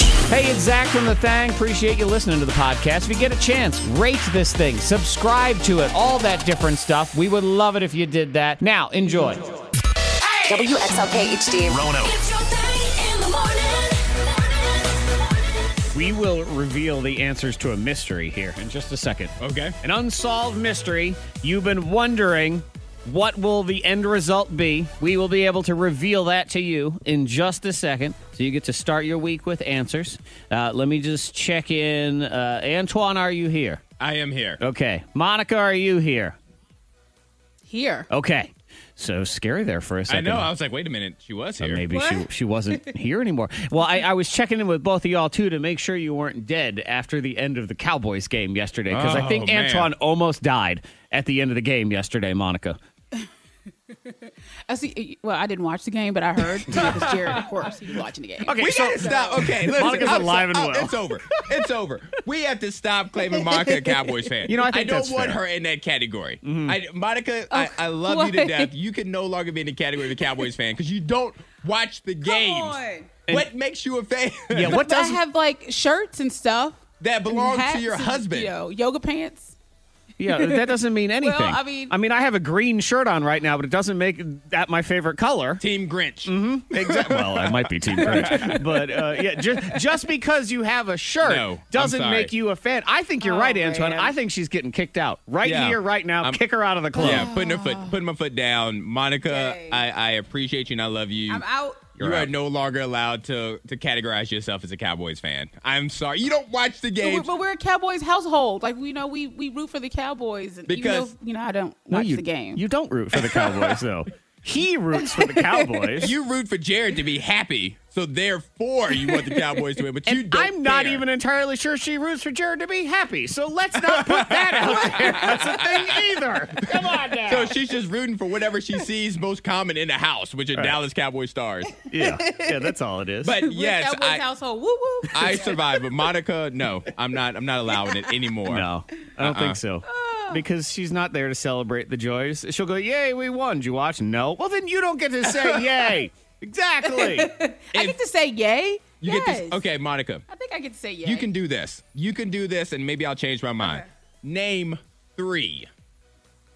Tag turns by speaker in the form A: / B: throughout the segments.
A: Hey, it's Zach from The Thang. Appreciate you listening to the podcast. If you get a chance, rate this thing, subscribe to it, all that different stuff. We would love it if you did that. Now, enjoy.
B: WXLK HD.
C: Roanoke.
D: It's your thing in the morning.
A: We will reveal the answers to a mystery here in just a second.
C: Okay.
A: An unsolved mystery. You've been wondering what will the end result be? We will be able to reveal that to you in just a second. So you get to start your week with answers. Uh, let me just check in. Uh, Antoine, are you here?
C: I am here.
A: Okay. Monica, are you here?
E: Here.
C: Oh.
A: Okay. So scary there for a
C: I
A: second.
C: know. I was like, wait a minute. She was
A: But
C: here.
A: maybe she
E: What?
A: she wasn't here anymore. Well, I, I was checking in with both of y'all too to make sure you weren't dead after the end of the Cowboys game yesterday because I
C: Oh,
A: think
C: man.
A: Antoine almost died at the end of the game yesterday, Monica.
E: I Oh, see. Well, I didn't watch the game, but I heard because Jared, of course, he's watching the game.
A: Okay,
C: We
A: so
C: gotta stop. Okay, listen.
A: Monica's
C: I'm
A: alive and
C: so-
A: well.
C: It's over. It's over. We have to stop claiming Monica a Cowboys fan.
A: You know, I think
C: don't
A: that's
C: want
A: fair. Mm-hmm.
C: her in that category. I, Monica,
E: Oh,
C: I, I love you to
E: why?
C: death. You can no longer be in the category of a Cowboys fan because you don't watch the games.
E: on.
C: What makes you a fan?
A: Yeah, what
E: But I
A: does
E: have like shirts and stuff.
C: that
E: and
C: belongs to
E: hats
C: your
E: and,
C: husband.
E: You know, yoga pants.
A: yeah that doesn't mean anything.
E: I mean-
A: I mean, I have a green shirt on right now, but it doesn't make that my favorite color.
C: Team Grinch.
A: Mm-hmm. Exactly. Well, I might be Team Grinch, but uh, yeah, just just because you have a shirt
C: No, I'm
A: doesn't
C: sorry.
A: make you a fan. I think you're
E: Oh,
A: right, Antoine.
E: man.
A: I think she's getting kicked out right
C: Yeah.
A: here, right now.
C: I'm-
A: kick her out of the club.
C: Yeah,
E: Oh.
C: putting her foot, putting my foot down. Monica,
E: Dang.
C: I, I appreciate you and I love you.
E: I'm out.
C: You're
A: You're out.
C: no longer allowed to to categorize yourself as a Cowboys fan. I'm sorry, you don't watch the
E: But we're,
C: games.
E: but we're a Cowboys household. Like we know, we we root for the Cowboys, and
C: Because-
E: even though, you know I don't
A: No,
E: watch
A: you,
E: the game.
A: You don't root for the Cowboys, though. He roots for the Cowboys.
C: You root for Jared to be happy, so therefore you want the Cowboys to win. But you
A: And
C: don't.
A: I'm not
C: care.
A: even entirely sure she roots for Jared to be happy. So let's not put that out there. That's a thing either. Come on now.
C: So she's just rooting for whatever she sees most common in the house, which are Dallas Cowboy stars.
A: yeah, yeah, that's all it is.
C: But
E: We're a
C: yes,
E: Cowboys
C: I,
E: household. Woo woo.
C: I survived. But Monica, no, I'm not. I'm not allowing it anymore.
A: no, I don't think so. Because she's not there to celebrate the joys. She'll go, "Yay, we won!" Did you watch? No. Well, then you don't get to say "Yay." Exactly.
E: I get to say yay.
C: You
E: yes.
C: get this? Okay, Monica.
E: I think I get to say yay.
C: You can do this. You can do this, and maybe I'll change my mind. Name three,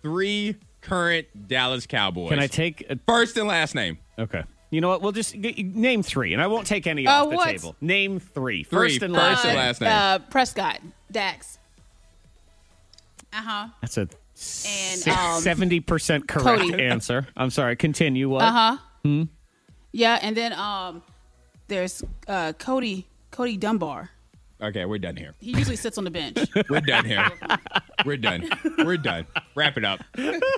C: three current Dallas Cowboys.
A: Can I take? A,
C: first and last name?
A: okay. You know what? We'll just g- name three, and I won't take any off the
E: what?
A: table. Name three.
C: Three,
A: First and last.
C: first and
A: name.
C: last name.
E: Uh, Prescott, Dax. Uh huh.
A: That's a
E: um,
A: seventy percent correct
E: Cody.
A: answer. I'm sorry. Continue. What?
E: Uh huh. Yeah, and then um, there's uh, Cody Cody Dunbar.
C: Okay, we're done here.
E: He usually sits on the bench.
C: We're done here. we're done. We're done. Wrap it up.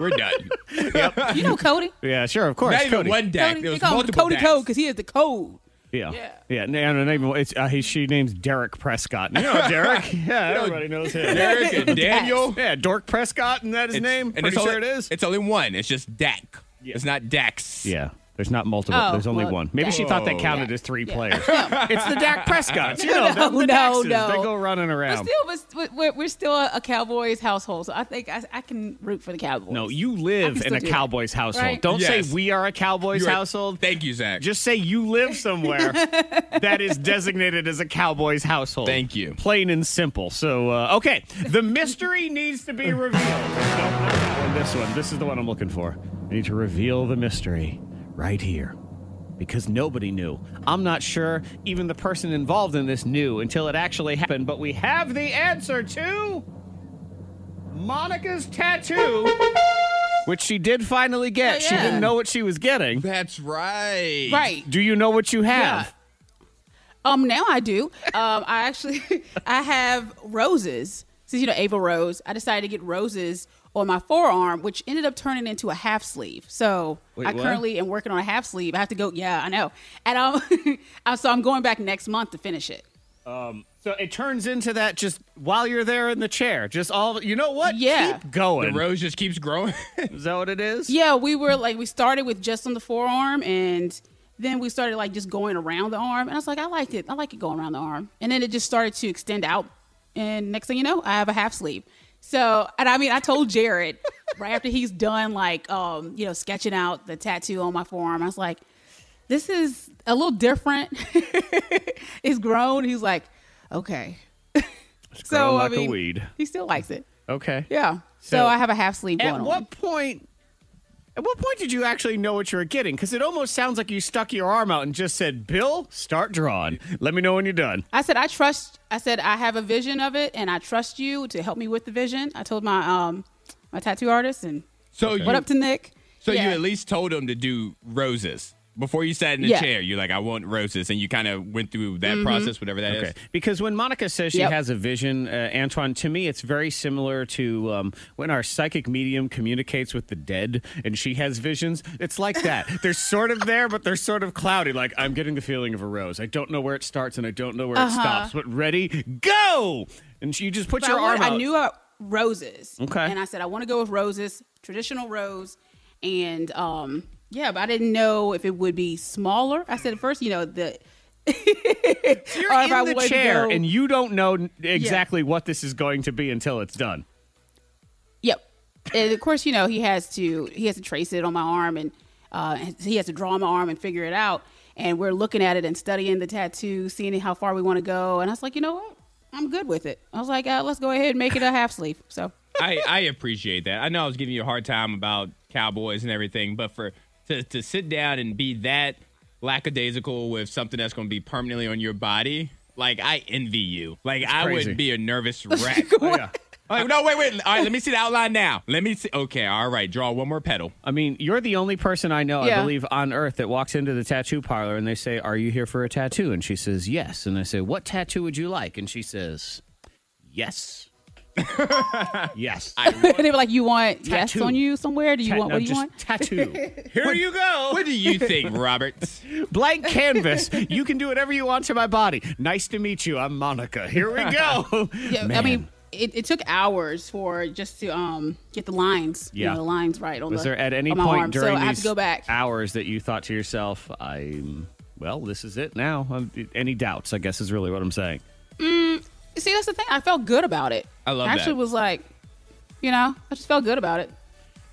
C: We're done.
E: you know Cody.
A: Yeah, sure. Of course.
C: Not even
A: Cody.
C: one Dak.
E: Cody
C: There
E: they
C: was
E: call him
C: multiple
E: Cody
C: Daks.
E: Code because he is the code.
A: Yeah.
E: Yeah.
A: Yeah. No, no, not even. It's uh, he, she names Derek Prescott. You know Derek. yeah. Everybody knows him.
C: Derek and Daniel.
A: Yeah, Dork Prescott, and that his
C: It's-
A: name.
C: And
A: Pretty
C: it's
A: sure
C: only,
A: it is.
C: It's only one. It's just Dak. It's not Dax.
A: yeah. There's not multiple.
E: Oh,
A: There's only
E: well,
A: one. Maybe she
E: yeah.
A: thought that counted
E: Yeah.
A: as three
E: Yeah.
A: players. Oh. it's the Dak Prescotts. You know,
E: No,
A: the, the
E: no,
A: Daxes.
E: Oh, no.
A: They go running around.
E: But still, but but we're, we're still a, a Cowboys household, so I think I, I can root for the Cowboys.
A: no, you
E: I can
A: live in
E: still
A: a
E: do that.
A: Cowboys household.
E: Right?
A: Don't
C: Yes.
A: say we are a Cowboys
C: You are-
A: household.
C: Thank you, Zach.
A: Just say you live somewhere that is designated as a Cowboys household.
C: Thank you.
A: Plain and simple. So, uh, okay, the mystery needs to be revealed. No, not that one, this one. This is the one I'm looking for. I need to reveal the mystery right here because nobody knew. I'm not sure even the person involved in this knew until it actually happened, but we have the answer to Monica's tattoo. Which she did finally get. She
E: yeah.
A: didn't know what she was getting.
C: That's right.
E: right.
A: Do you know what you have?
E: Um, now I do. Um, I actually I have roses. Since you know Ava Rose, I decided to get roses on my forearm, which ended up turning into a half sleeve. So
A: Wait,
E: I
A: what?
E: currently am working on a half sleeve. I have to go. Yeah, I know. And um, I- so I'm going back next month to finish it.
A: So it turns into that just while you're there in the chair, just all you know what?
E: Yeah.
A: Keep going.
C: The rose just keeps growing.
A: is that what it is?
E: Yeah, we were like we started with just on the forearm, and then we started like just going around the arm. And I was like, I liked it. I like it going around the arm. And then it just started to extend out. And next thing you know, I have a half sleeve. So, and I mean, I told Jared right after he's done like um, you know sketching out the tattoo on my forearm. I was like, this is a little different. it's grown. He's like, okay.
A: grown
E: so
A: like
E: I
A: a
E: mean,
A: weed.
E: He still likes it.
A: Okay.
E: Yeah. So,
A: So-
E: I have a half sleeve going
A: At
E: on.
A: what point? At what point did you actually know what you were getting? Because it almost sounds like you stuck your arm out and just said, "Bill, start drawing. Let me know when you're done."
E: I said, I trust. I said, I have a vision of it, and I trust you to help me with the vision. I told my um my tattoo artist, and
C: So you,
E: what up to Nick?
C: so you
E: Yeah.
C: at least told him to do roses before you sat in the
E: Yeah. Mm-hmm.
C: chair. You're like, I want roses, and you kind of went through that process, whatever that is.
A: Okay. Because when Monica says she
E: Yep.
A: has a vision, uh, Antoine, to me, it's very similar to um, when our psychic medium communicates with the dead and she has visions. It's like that. they're sort of there, but they're sort of cloudy. Like, I'm getting the feeling of a rose. I don't know where it starts and I don't know where it stops, but ready, go! And she- you just put
E: But
A: your
E: Uh-huh. I,
A: arm
E: wanted-
A: out.
E: I knew uh, roses.
A: Okay.
E: And I said, I want to go with roses, traditional rose. And um, yeah, but I didn't know if it would be smaller. I said at first, you know, the.
A: You're
E: or if
A: in
E: I
A: the
E: would
A: chair
E: go-
A: and you don't know n- exactly what this is going to be until it's done.
E: Yep. And of course, you know, he has to he has to trace it on my arm and uh, he has to draw my arm and figure it out. And we're looking at it and studying the tattoo, seeing how far we want to go. And I was like, you know what? I'm good with it. I was like, uh, let's go ahead and make it a half sleeve. So
C: I, I appreciate that. I know I was giving you a hard time about Cowboys and everything, but for to, to sit down and be that lackadaisical with something that's going to be permanently on your body, like I envy you. Like I
A: crazy.
C: would be a nervous wreck.
A: yeah.
C: like no, wait, wait. All right, let me see the outline now. Let me see. Okay, all right. Draw one more petal.
A: I mean, you're the only person I know, I
E: Yeah.
A: believe, on earth that walks into the tattoo parlor and they say, Are you here for a tattoo? And she says, Yes. And I say, What tattoo would you like? And she says, Yes. yes. I
E: they were like, you want yes
A: Tattoo.
E: on you somewhere? Do you want what do you
A: just
E: want?
A: tattoo.
C: Here you go. What do you think, Roberts?
A: Blank canvas. You can do whatever you want to my body. Nice to meet you. I'm Monica. Here we go.
E: Yeah, I
A: Man.
E: mean, it, it took hours for just to um get the lines, you
A: Yeah.
E: know, the lines right on
A: Was
E: the
A: there at any
E: on my
A: point
E: arm.
A: during
E: so I have
A: these
E: to go back.
A: hours that you thought to yourself, I'm, well, this is it now? Um, any doubts, I guess, is really what I'm saying.
E: See, that's the thing. I felt good about it.
C: I love
E: I actually
C: that.
E: was like, you know, I just felt good about it.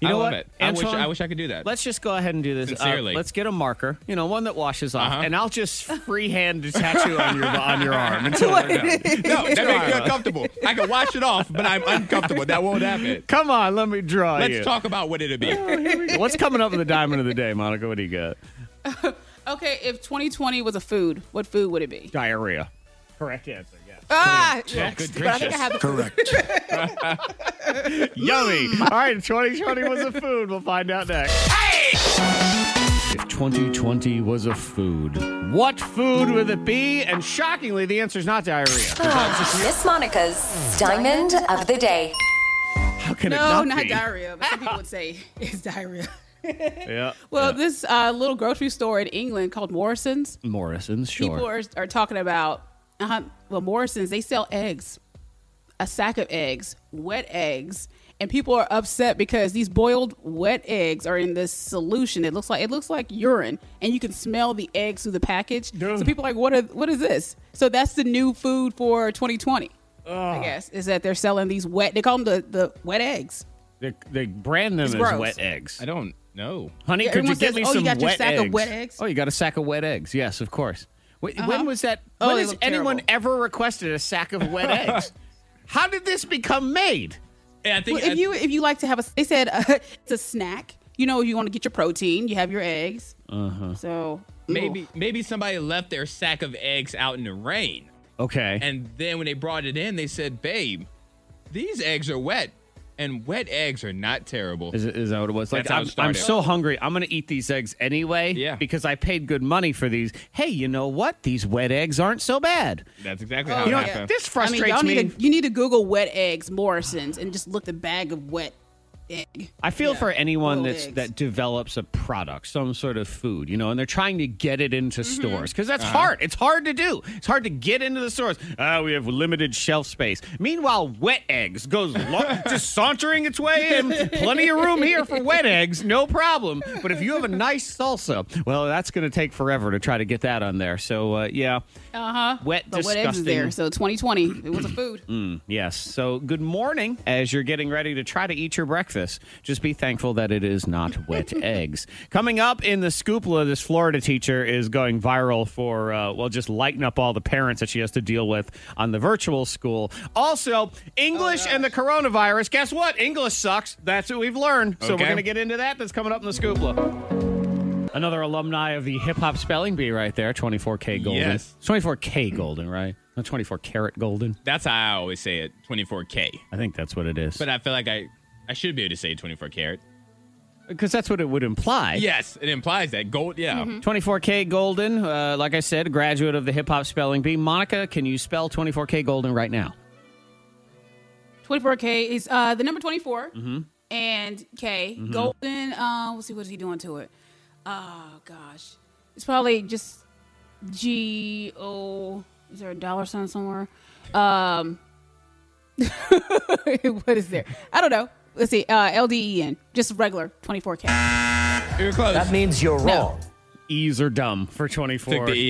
A: You
C: I
A: know
C: love
A: what?
C: it. I wish,
A: Antoine,
C: I wish I could do that.
A: Let's just go ahead and do this. Uh,
C: Sincerely.
A: let's get a marker, you know, one that washes off,
C: Uh-huh.
A: and I'll just freehand a tattoo on your on your arm until we're done.
C: no, that makes me uncomfortable. I can wash it off, but I'm uncomfortable. That won't happen.
A: Come on, let me draw
C: Let's
A: you.
C: talk about what it'll be.
A: What's coming up in the diamond of the day, Monica? What do you got?
E: Okay, if 2020 was a food, what food would it be?
A: Diarrhea. Correct answer. Yeah.
E: Ah,
C: Good
E: but I think I
C: gracious.
E: have the
D: Correct.
A: Yummy.
E: Mm.
A: All right, 2020 was a food. We'll find out next. If 2020 was a food, what food would it be? And shockingly, the answer is not diarrhea.
B: Miss Monica's Diamond of the Day.
A: How can it
E: no,
A: not,
E: not
A: be?
E: diarrhea. But some people would say it's diarrhea.
A: Yeah.
E: Well, this uh, little grocery store in England called Morrison's.
A: Morrison's, sure.
E: People are, are talking about uh, well, Morrison's. They sell eggs, a sack of eggs, wet eggs, and people are upset because these boiled wet eggs are in this solution. It looks like it looks like urine, and you can smell the eggs through the package. So people are like, what? Are, what is this? So that's the new food for 2020. I guess is that they're selling these wet. They call them the the wet eggs.
A: They, they brand them as
E: gross.
A: wet eggs.
C: I don't know.
A: Honey,
E: Yeah,
A: could you
E: everyone
A: get
E: says,
A: me
E: "Oh, you
A: some
E: got your
A: wet,
E: sack
A: eggs?
E: of wet eggs?
A: Oh, you got a sack of wet eggs. Yes, of course. Wait, When was that?
E: Oh,
A: when
E: they
A: has
E: look terrible.
A: anyone ever requested a sack of wet eggs? How did this become made?
C: Yeah, I think
E: Well, if you if you like to have a, they said uh, it's a snack. You know, you want to get your protein. You have your eggs. Uh-huh. So
C: maybe maybe somebody left their sack of eggs out in the rain,
A: Okay.
C: and then when they brought it in, they said, "Babe, these eggs are wet, and wet eggs are not terrible."
A: Is, it, is that what it was? Like,
C: That's how it
A: I'm, I'm
C: started.
A: so hungry. I'm going to eat these eggs anyway
C: Yeah.
A: because I paid good money for these. Hey, you know what? These wet eggs aren't so bad.
C: That's exactly
E: Oh,
C: how
A: You
C: it
A: know,
E: yeah.
C: happened.
A: this
E: I mean,
A: frustrates
E: y'all
A: me.
E: need to, you need to Google wet eggs Morrison's and just look the bag of wet egg.
A: I feel for anyone
E: Boiled
A: that's
E: eggs.
A: that develops a product, some sort of food, you know, and they're trying to get it into
E: Mm-hmm.
A: stores because that's hard. It's hard to do. It's hard to get into the stores. Ah, we have limited shelf space. Meanwhile, wet eggs goes lo- just sauntering its way in. Plenty of room here for wet eggs, no problem. But if you have a nice salsa, well, that's going to take forever to try to get that on there. So uh, yeah,
E: Uh huh.
A: wet,
E: But
A: disgusting. Mm.
E: wet eggs is there. So 2020, it was a food.
A: Yes. So good morning as you're getting ready to try to eat your breakfast. breakfast. Just be thankful that it is not wet eggs. Coming up in the scoopla, this Florida teacher is going viral for, uh, well, just lighting up all the parents that she has to deal with on the virtual school. Also, English
C: Oh,
A: and the coronavirus. Guess what? English sucks. That's what we've learned. So we're
C: Okay.
A: going to get into that. That's coming up in the scoopla. Another alumni of the hip hop spelling bee right there, 24K Golden.
C: Yes.
A: 24K Golden, right? Not 24 karat Golden.
C: That's how I always say it 24K.
A: I think that's what it is.
C: But I feel like I, I should be able to say 24 karat.
A: Because uh, that's what it would imply.
C: Yes, it implies that. Gold, yeah.
E: Mm-hmm.
A: 24K Golden, uh, like I said, graduate of the hip hop spelling bee. Monica, can you spell 24K Golden right now?
E: 24K is uh, the number 24
A: Mm-hmm.
E: and K. Golden, uh, let's see, what is he doing to it? Oh, gosh. It's probably just G O. Is there a dollar sign somewhere? Um, what is there? I don't know. Let's see, uh, L D E N, just regular 24K.
C: You were close.
D: That means you're wrong.
A: E's are dumb for
C: Took the E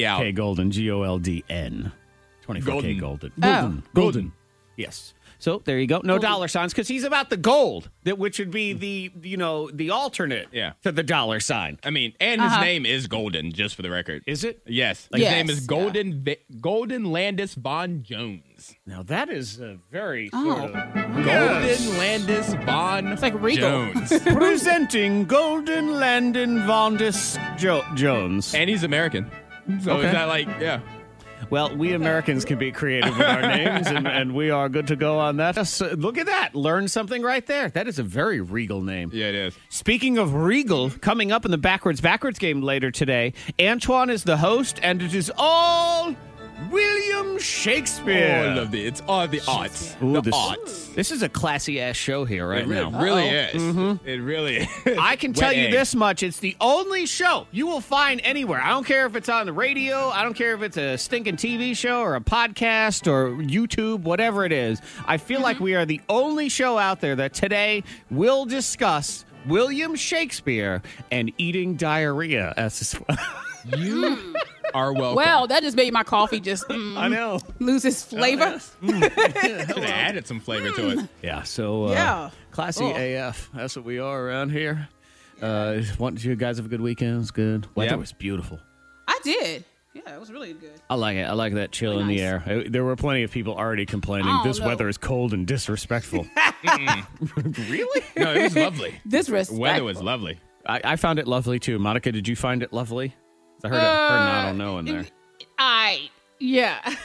A: 24K
C: out.
A: Golden, G O L D N. 24K Golden. Oh.
C: Golden.
A: Golden.
E: Golden.
A: Golden. Yes. So there you go. No dollar signs because he's about the gold, that which would be the you know the alternate
C: Yeah.
A: to the dollar sign.
C: I mean, and
E: Uh-huh.
C: his name is Golden, just for the record.
A: Is it?
C: Yes. Like
E: Yes,
C: his name is
E: yeah.
C: Golden Va- Golden Landis Von Jones.
A: Now that is a very
E: Oh.
A: sort of
C: Golden Landis Von
E: like Regal.
C: Jones.
A: presenting Golden Landon Vondis jo- Jones.
C: and he's American. So
A: Okay.
C: is that like, yeah.
A: Well, we Americans can be creative with our names, and, and we are good to go on that. So, look at that. Learn something right there. That is a very regal name.
C: Yeah, it is.
A: Speaking of regal, coming up in the backwards backwards game later today, Antoine is the host, and it is all William Shakespeare.
C: All of the, it's all the arts.
A: Ooh,
C: the
A: this,
C: arts.
A: This is a classy ass show here right
C: It really,
A: now.
C: really is. It really is.
A: I can
C: Wet
A: tell you
C: egg.
A: this much: it's the only show you will find anywhere. I don't care if it's on the radio. I don't care if it's a stinking TV show or a podcast or YouTube, whatever it is. I feel
C: Mm-hmm.
A: like we are the only show out there that today will discuss William Shakespeare and eating diarrhea. As
C: You are welcome.
E: Hmm. Well, that just made my coffee just mm,
A: I know.
E: lose its flavor.
C: Could have added some flavor to it.
E: Hmm.
A: Yeah. So uh,
E: Yeah.
A: classy
E: Ugh.
A: AF. That's what we are around here. Uh, want you guys have a good weekend. It's good. Weather
C: Yep.
A: was beautiful.
E: I did. Yeah, it was really good.
A: I like it. I like that chill in the
E: Nice.
A: air. I- there were plenty of people already complaining.
E: Oh,
A: this
E: no.
A: weather is cold and disrespectful.
E: Mm.
A: really?
C: No, it was lovely.
E: This rest.
C: Weather was lovely.
A: I, I found it lovely too. Monica, did you find it lovely? I heard a, her nod on no in there.
E: I yeah.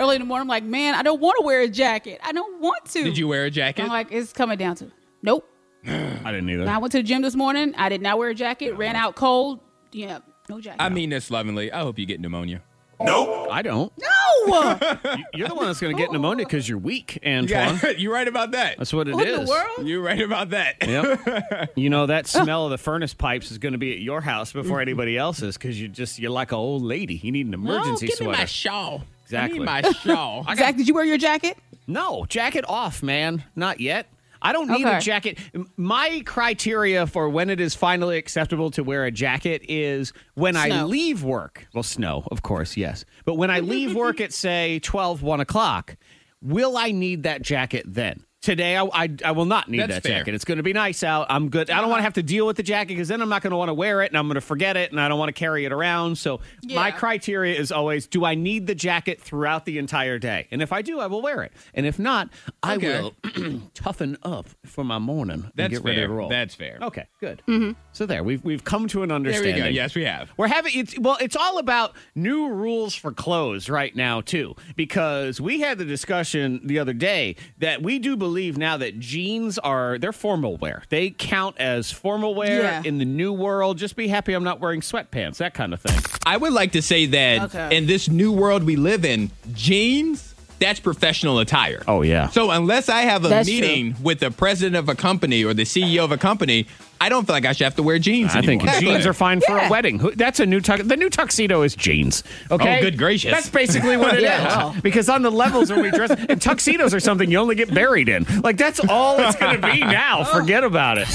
E: Early in the morning, I'm like, man, I don't want to wear a jacket. I don't want to.
C: Did you wear a jacket?
E: I'm like, it's coming down to. Nope.
A: I didn't either.
E: I went to the gym this morning. I did not wear a jacket. Ran out cold. Yeah, no jacket.
C: I mean this lovingly. I hope you get pneumonia.
A: I don't.
E: no.
A: You- You're the one that's going to get pneumonia because you're weak, Antoine.
C: Yeah, you're right about that.
A: That's what it is.
E: What in the world?
C: You're right about that.
A: Yep. you know that smell of the furnace pipes is going to be at your house before anybody else's because you just you're like an old lady. You need an emergency
C: oh, give
A: sweater.
C: me my shawl.
A: Exactly.
C: I need my shawl.
E: Zach, did you wear your jacket?
A: No, jacket off, man. Not yet. I don't need a
E: Okay.
A: jacket. M- My criteria for when it is finally acceptable to wear a jacket is when I
E: Snow.
A: leave work. Well, snow, of course, yes. But when I leave work at, say, 12, 1 o'clock, will I need that jacket then? Today, I, I, I will not need
C: That's
A: that
C: fair.
A: jacket. It's going to be nice out. I'm good. I don't want to have to deal with the jacket because then I'm not going to want to wear it and I'm going to forget it and I don't want to carry it around. So, my
E: Yeah.
A: criteria is always do I need the jacket throughout the entire day? And if I do, I will wear it. And if not, I
C: Okay.
A: will toughen up for my morning
C: That's
A: and get ready
C: fair.
A: to roll.
C: That's fair.
A: Okay, good. So there, we've we've come to an
C: There we
A: understanding.
C: go. Yes, we have.
A: We're having it's well, it's all about new rules for clothes right now too, because we had the discussion the other day that we do believe now that jeans are they're formal wear. They count as formal wear
E: Yeah.
A: in the new world. Just be happy I'm not wearing sweatpants, that kind of thing.
C: I would like to say that
E: Okay.
C: in this new world we live in, jeans, that's professional attire.
A: Oh, yeah.
C: So unless I have a
E: That's
C: meeting with the president of a company or the CEO of a company, I don't feel like I should have to wear jeans.
A: I think
C: anymore.
A: jeans are fine for a
E: Yeah.
A: wedding. Who- That's a new tux. The new tuxedo is jeans. Okay.
C: Oh, good gracious.
A: That's basically what it is.
E: Yeah.
A: Because on the levels when we dress, and tuxedos are something you only get buried in. Like that's all it's going to be now. Forget about it.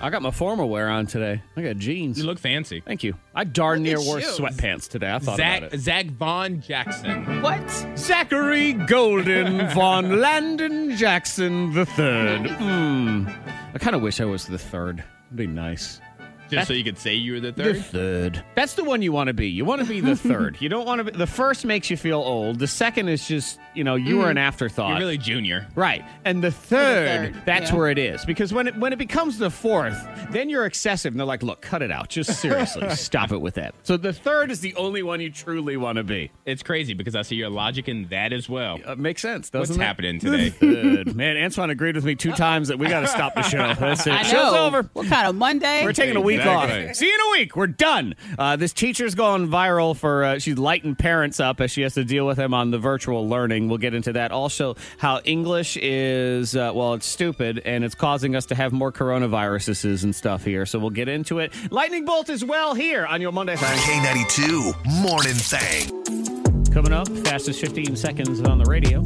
A: I got my formal wear on today. I got jeans.
C: You look fancy.
A: Thank you. I darn
E: Look
A: near
E: at
A: wore
E: you.
A: sweatpants today. I thought
C: Zach
A: about it.
C: Zach Von Jackson.
E: What?
A: Zachary Golden von Landon Jackson the third. Hmm. I kind of wish I was the third. It'd be nice.
C: Just so you could say you were the
A: The
C: third.
A: third. That's the one you want to be. You want to be the third. You don't want to be the first makes you feel old. The second is just, you know, you are an afterthought.
C: You're really junior.
A: Right. And the third,
E: third,
A: that's
E: yeah.
A: where it is. Because when it when it becomes the fourth, then you're excessive and they're like, look, cut it out. Just seriously, stop it with that. So the third is the only one you truly want to be.
C: It's crazy because I see your logic in that as well.
A: Uh, makes sense, doesn't
C: What's
A: it?
C: happening today?
A: Good. Man, Antoine agreed with me two times that we gotta stop the show. That's
E: I
A: it.
E: know.
A: Show's over.
E: What kind of Monday?
A: We're taking a week
C: Exactly.
A: off. See you in a week. We're done. Uh, this teacher's gone viral for uh, she's lighting parents up as she has to deal with them on the virtual learning. We'll get into that. Also, how English is uh, well, it's stupid and it's causing us to have more coronaviruses and stuff here. So we'll get into it. Lightning bolt as well here on your Monday thing.
D: K92 Morning Thing.
A: Coming up, fastest 15 seconds on the radio.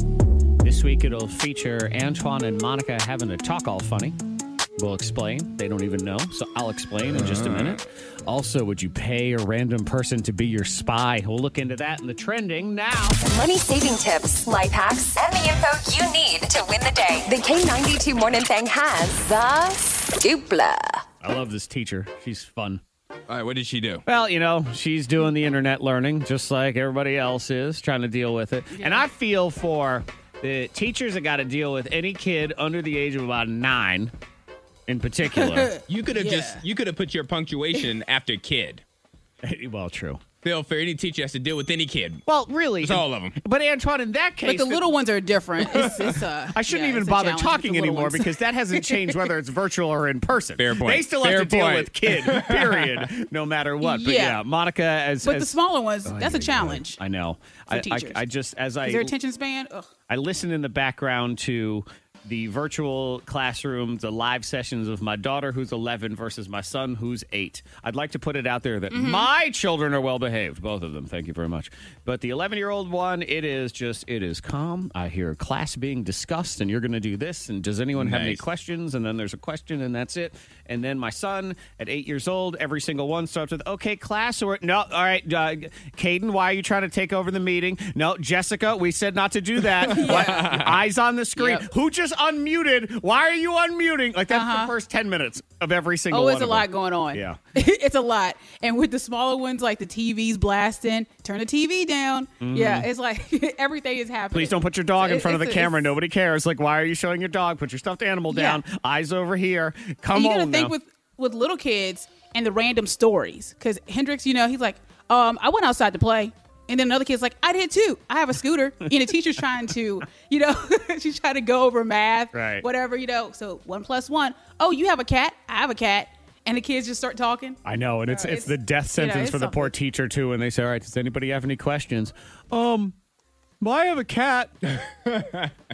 A: This week it'll feature Antoine and Monica having a talk all funny. We'll explain. They don't even know, so I'll explain in just a minute. Also, would you pay a random person to be your spy? We'll look into that in the trending now.
B: Money saving tips, life hacks, and the info you need to win the day. The K92 Morning Thing has the dupla.
A: I love this teacher. She's fun.
C: All right, what did she do?
A: Well, you know, she's doing the internet learning just like everybody else is, trying to deal with it. And I feel for the teachers that got to deal with any kid under the age of about nine in particular.
C: You could have
E: Yeah.
C: just you could have put your punctuation after kid.
A: well, true.
C: Phil, for any teacher has to deal with any kid.
A: Well, really,
C: It's all of 'em.
A: But Antoine, in that case,
E: But the little ones are different. It's, it's, uh,
A: I shouldn't
E: yeah,
A: even
E: it's a
A: bother
E: challenge with
A: talking
E: the little
A: anymore
E: ones.
A: because that hasn't changed whether it's virtual or in person.
C: Fair point.
A: They still
C: Fair
A: have to deal
C: point.
A: with kid, period, no matter what. But
E: Yeah.
A: yeah, Monica as
E: But the
A: as,
E: smaller ones, that's a challenge.
A: I know. I, I
E: teachers.
A: I just as I
E: Is their attention span? Ugh.
A: I listen in the background to the virtual classroom, the live sessions of my daughter who's 11 versus my son who's 8. I'd like to put it out there that my children are well behaved, both of them. Thank you very much. But the 11-year-old one, it is just it is calm. I hear class being discussed and you're going to do this and does anyone have any
C: Nice.
A: questions and then there's a question and that's it. And then my son at 8 years old, every single one starts with okay class or no, all right, uh, Caden, why are you trying to take over the meeting? No, Jessica, we said not to do that. What? Eyes on the screen.
E: Yep.
A: Who just unmuted? Why are you unmuting? Like that's the first 10 minutes of every single
E: Oh,
A: one.
E: it's a
A: of
E: lot
A: them.
E: going on.
A: Yeah.
E: it's a lot. And with the smaller ones, like the TV's blasting, turn the TV down. Yeah, it's like everything is happening.
A: Mm-hmm. Please don't put your dog in
E: It's-
A: front of the
E: it's-
A: camera.
E: it's-
A: Nobody cares. Like, why are you showing your dog? Put your stuffed animal
E: Yeah.
A: down. Eyes over here. Come
E: And you
A: on.
E: gotta think
A: now.
E: with with little kids and the random stories because Hendrix, you know, he's like, um, I went outside to play. And then another kid's like, I did too. I have a scooter. And the teacher's trying to, you know, she's trying to go over math,
A: Right.
E: whatever, you know. So one plus one. Oh, you have a cat? I have a cat. And the kids just start talking.
A: I know, and it's
E: Yeah,
A: it's,
E: it's-
A: the death
E: you know,
A: sentence
E: it's
A: for the poor teacher too. When they say, "All right, does anybody have any questions?" Um, well, I have a cat.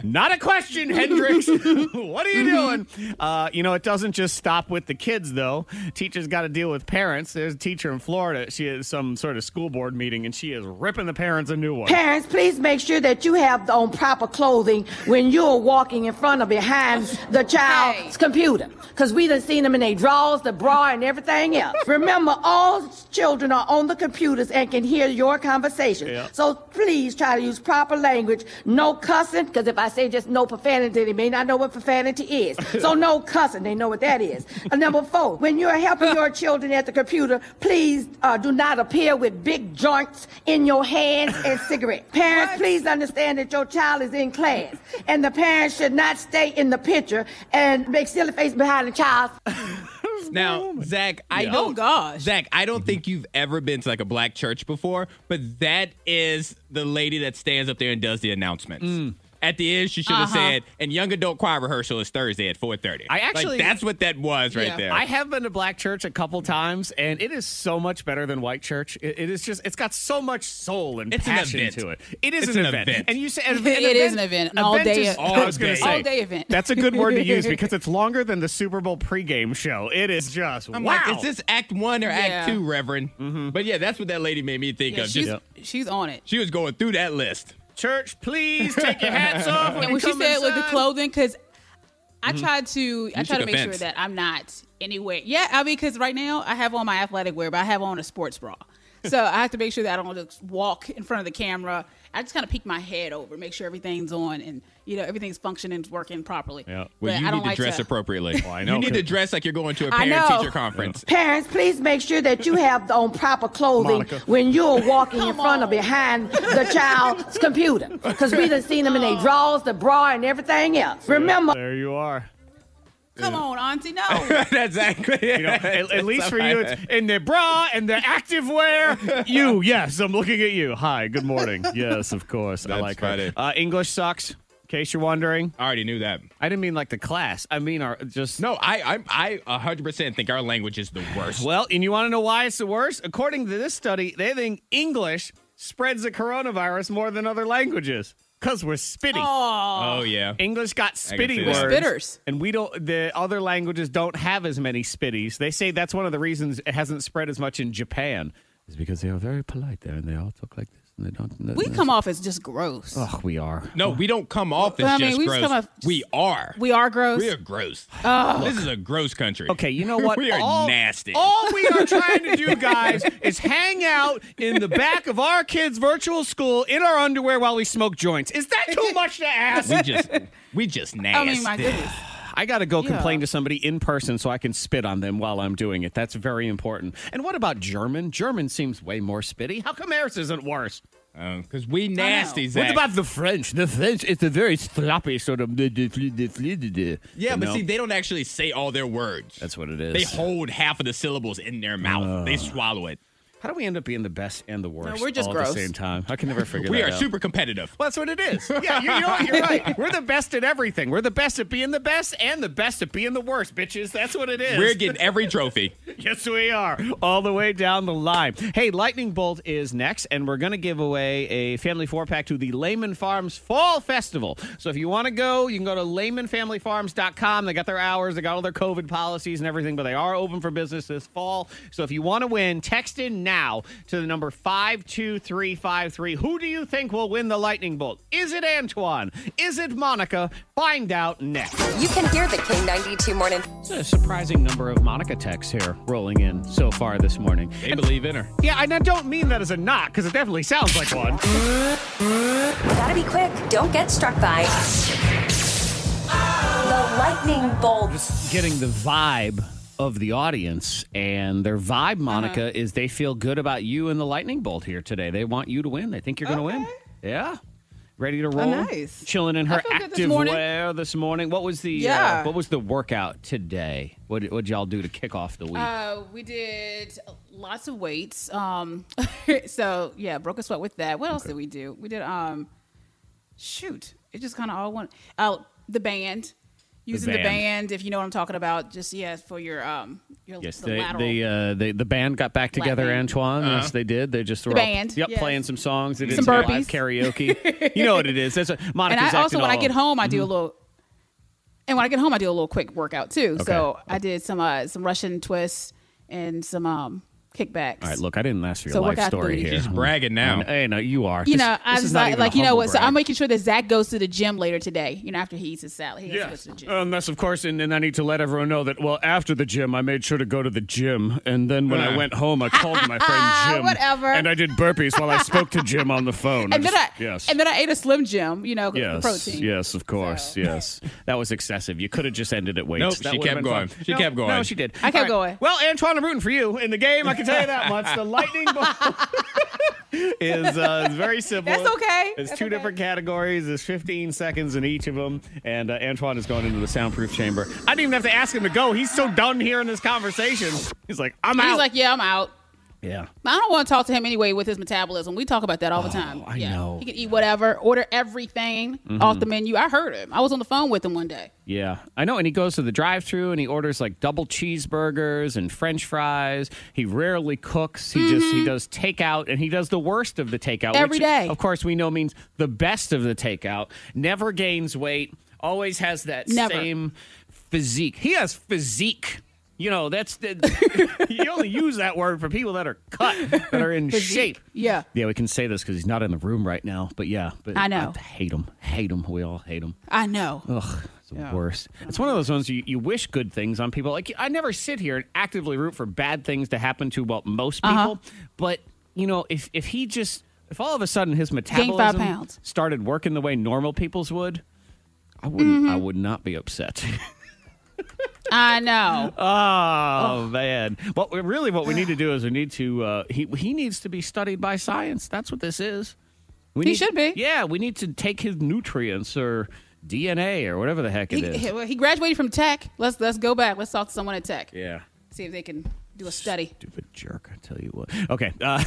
A: Not a question, Hendrix. what are you doing? Uh, you know, it doesn't just stop with the kids though. Teachers got to deal with parents. There's a teacher in Florida. She has some sort of school board meeting, and she is ripping the parents a new one.
F: Parents, please make sure that you have on proper clothing when you're walking in front or behind the child's
E: Hey.
F: computer. Because we done seen them in their drawers, the bra, and everything else. Remember, all children are on the computers and can hear your conversation.
A: Yeah.
F: So please try to use proper language. No cussing, because if I say just no profanity, they may not know what profanity is. so no cussing, they know what that is. And number four, when you're helping your children at the computer, please uh, do not appear with big joints in your hands and cigarettes. Parents, please understand that your child is in class, and the parents should not stay in the picture and make silly face behind the child.
C: Now, Zach, I
A: Yeah.
C: don't.
E: Oh, gosh. Mm-hmm.
C: Zach, I don't think you've ever been to like a black church before, but that is the lady that stands up there and does the announcements.
E: Mm.
C: At the end, she should
E: Uh-huh.
C: have said, "And young adult choir rehearsal is Thursday at 4.30.
A: I actually-
C: that's what that was right
E: Yeah.
C: there.
A: I have been to black church a couple times, and it is so much better than white church. It- it is just, it's got so much soul and
C: It's an
A: passion
C: event.
A: to it. It is
C: It's
A: an,
C: an
A: event.
C: event.
A: and you say an, an
E: It is an event, an all-day-
A: is-
E: All
A: I was gonna
C: day.
A: say,
E: All-day event.
A: That's a good word to use because it's longer than the Super Bowl pregame show. It is just
C: I'm
A: wow.
C: like, is this Act One or Act
E: Yeah. Mm-hmm.
C: Two, Reverend? But yeah, that's what that lady made me think
E: Yeah,
C: of.
E: she's,
C: Just
E: she's on it.
C: she was going through that list.
A: church? Please take your hats off. When
E: And
A: you
E: when she
A: come
E: said with the
A: inside.
E: clothing, because I try to I
C: Mm-hmm.
E: try
C: took
E: to make
C: offense.
E: sure that I'm not anywhere. Yeah, I mean, because right now I have on my athletic wear, but I have on a sports bra, so I have to make sure that I don't just walk in front of the camera. I just kind of peek my head over, make sure everything's on and you know everything's functioning, working properly.
A: Yeah.
C: Well,
E: But
C: you
E: I
C: need
E: don't
C: to
E: like
C: dress
E: to-
C: appropriately.
A: I know,
C: You need to
A: 'cause-
C: dress like you're going to a
E: I
C: parent teacher
E: know.
C: conference.
F: Parents, please make sure that you have on proper clothing
A: Monica.
F: when you're walking in
E: Come
F: front or
E: on.
F: behind the child's computer. Because we done seen them in their drawers, the bra, and everything else. Remember,
A: There you are.
E: Come on, Auntie, no.
C: That's exactly. it.
A: You know, at, at least for you,
C: how I-
A: it's in the bra and the active wear. You, yes, I'm looking at you. Hi, good morning. Yes, of course. I
C: That's
A: like her.
C: funny.
A: Uh, English sucks. In case you're wondering,
C: I already knew that.
A: I didn't mean like the class. I mean our just
C: No, I, I, I 100% think our language is the worst.
A: Well, and you want to know why it's the worst? According to this study, they think English spreads the coronavirus more than other languages because we're spitting.
C: Oh yeah.
A: English got spitty
C: see
A: words.
C: that. We're
E: spitters.
A: And we don't, the other languages don't have as many spitties. They say that's one of the reasons it hasn't spread as much in Japan, is because they are very polite there and they all talk like this and they don't.
E: we come off as just gross.
A: Oh, we are.
C: No, we don't come off as
E: I mean,
C: just
E: we just
C: gross.
E: come off-
C: we are.
E: We are gross.
C: We are gross. this is a gross country.
A: Okay, you know what?
C: we are
A: all,
C: nasty.
A: All we are trying to do, guys, is hang out in the back of our kids' virtual school in our underwear while we smoke joints. Is that too much to ask?
C: we just, we just
E: I
C: nasty.
E: mean, my goodness.
A: I got to go
E: Yeah.
A: complain to somebody in person so I can spit on them while I'm doing it. That's very important. And what about German? German seems way more spitty. How come ours isn't worse?
C: Because Uh, we nasty. Zach.
A: What about the French? The French is a very sloppy sort of. Yeah,
C: Yeah, but see, they don't actually say all their words.
A: that's what it is.
C: They hold half of the syllables in their mouth. they swallow it.
A: How do we end up being the best and the worst
E: we're just
A: all at
E: gross.
A: the same time? I can never figure
C: We
A: that
C: are
A: out.
C: super competitive.
A: Well, that's what it is. Yeah, you, you know what? You're right. We're the best at everything. We're the best at being the best and the best at being the worst, bitches. That's what it is.
C: We're getting every trophy.
A: yes, we are. All the way down the line. Hey, Lightning Bolt is next, and we're going to give away a family four pack to the Lehman Farms Fall Festival. So if you want to go, you can go to laymanfamilyfarms.com. They got their hours, they got all their COVID policies and everything, but they are open for business this fall. So if you want to win, text in now to the number 52353. Who do you think will win the Lightning Bolt? Is it Antoine? Is it Monica? Find out next.
B: You can hear the K92 morning.
A: A surprising number of Monica texts here rolling in so far this morning.
C: They believe in her.
A: Yeah, and I don't mean that as a knock because it definitely sounds like one.
B: Gotta be quick. Don't get struck by the lightning bolt.
A: Getting the vibe of the audience and their vibe, Monica, is they feel good about you and the lightning bolt here today. They want you to win. They think you're going to win. Yeah. Ready to roll?
E: nice.
A: Chilling in her
E: I feel good this
A: active
E: morning.
A: wear this morning. What was the
E: Yeah.
A: uh, what was the workout today? What did y'all do to kick off the week?
E: Uh, we did lots of weights. Um, so yeah, broke a sweat with that. What else did we do? We did um, shoot, it just kind of all went. Uh, the band, using the
A: band.
E: band, if you know what I'm talking about. Just yeah, for your um, your
A: Yes,
E: the
A: they,
E: lateral.
A: they, uh, they, the band got back together,
E: band.
A: Antoine.
C: Uh-huh.
A: Yes, they did. They just were all-
E: band,
A: yep,
E: yes.
A: playing some songs. They did
E: Some
A: live
E: burpees.
A: karaoke. you know what it is. That's what,
E: and
A: Monica's
E: I
A: acting
E: also when
A: all-
E: I
A: Mm-hmm.
E: get home, I do a little. And when I get home, I do a little quick workout too. So I did some uh, some Russian twists and some um, kickbacks.
A: All right, look, I didn't ask for your
E: So
A: life
E: work out
A: story
E: the-
A: here.
C: She's bragging now.
A: Hey, no, you are.
E: you
A: This-
E: know,
A: this
E: I
A: is
E: was
A: not
E: like,
A: even a
E: like you know
A: humble
E: what? So I'm
A: brag.
E: making sure that Zach goes to the gym later today. You know, after he eats his salad, he has to go to the gym.
A: Unless, Um, of course, and, and I need to let everyone know that, well, after the gym, I made sure to go to the gym. And then when I
C: Yeah.
A: went home, I called my friend Jim.
E: Ah, Whatever.
A: And I did burpees while I spoke to Jim on the phone.
E: and then I
A: just- yes.
E: and then I ate a Slim Jim. You know, the
A: Yes,
E: protein.
A: yes, of course, yes. That was excessive. You could have just ended at weights.
C: Nope,
A: That
C: she
A: would have
C: kept
A: been
C: going.
A: fun.
C: She
A: No,
C: kept going.
A: No, she did.
E: I kept
A: All right.
E: going.
A: Well, Antoine, I'm rooting for you in the game. I can tell you that much. The lightning bolt is uh, is very simple.
E: That's okay.
A: It's
E: That's
A: two
E: okay.
A: different categories. There's 15 seconds in each of them, and uh, Antoine is going into the soundproof chamber. I didn't even have to ask him to go. He's so done hearing this conversation. He's like, I'm
E: And
A: out.
E: he's like, yeah, I'm out.
A: yeah.
E: I don't want to talk to him anyway with his metabolism. We talk about that all the time.
A: Oh, I
E: yeah.
A: know. Mm-hmm.
E: He can eat whatever, order everything off the menu. I heard him. I was on the phone with him one day.
A: Yeah, I know. And he goes to the drive-through and he orders like double cheeseburgers and French fries. He rarely cooks. He just he does takeout and he does the worst of the takeout
E: Mm-hmm. Every
A: which,
E: day.
A: Of course, we know means the best of the takeout. Never gains weight. Always has that
E: Never.
A: same physique. He has physique. You know, that's the, you only use that word for people that are cut, that are in shape.
E: Yeah.
A: Yeah, we can say this because he's not in the room right now. But yeah, but
E: I know.
A: hate him. Hate him. We all hate him.
E: I know.
A: Ugh, It's the worst. It's one of those ones you, you wish good things on people. Like I never sit here and actively root for bad things to happen to well most
E: Uh-huh.
A: people, but you know if if he just if all of a sudden his
E: five
A: metabolism
E: pounds.
A: started working the way normal people's would, I wouldn't
E: Mm-hmm.
A: I would not be upset.
E: I know.
A: Oh, man! What we, really what we need to do is we need to uh, he he needs to be studied by science. That's what this is. We
E: He
A: need-
E: should be.
A: Yeah, we need to take his nutrients or DNA or whatever the heck it
E: he,
A: is.
E: he- well, he graduated from Tech. Let's let's go back. Let's talk to someone at Tech.
A: yeah.
E: See if they can do a study.
A: Stupid jerk! I tell you what. Okay, uh,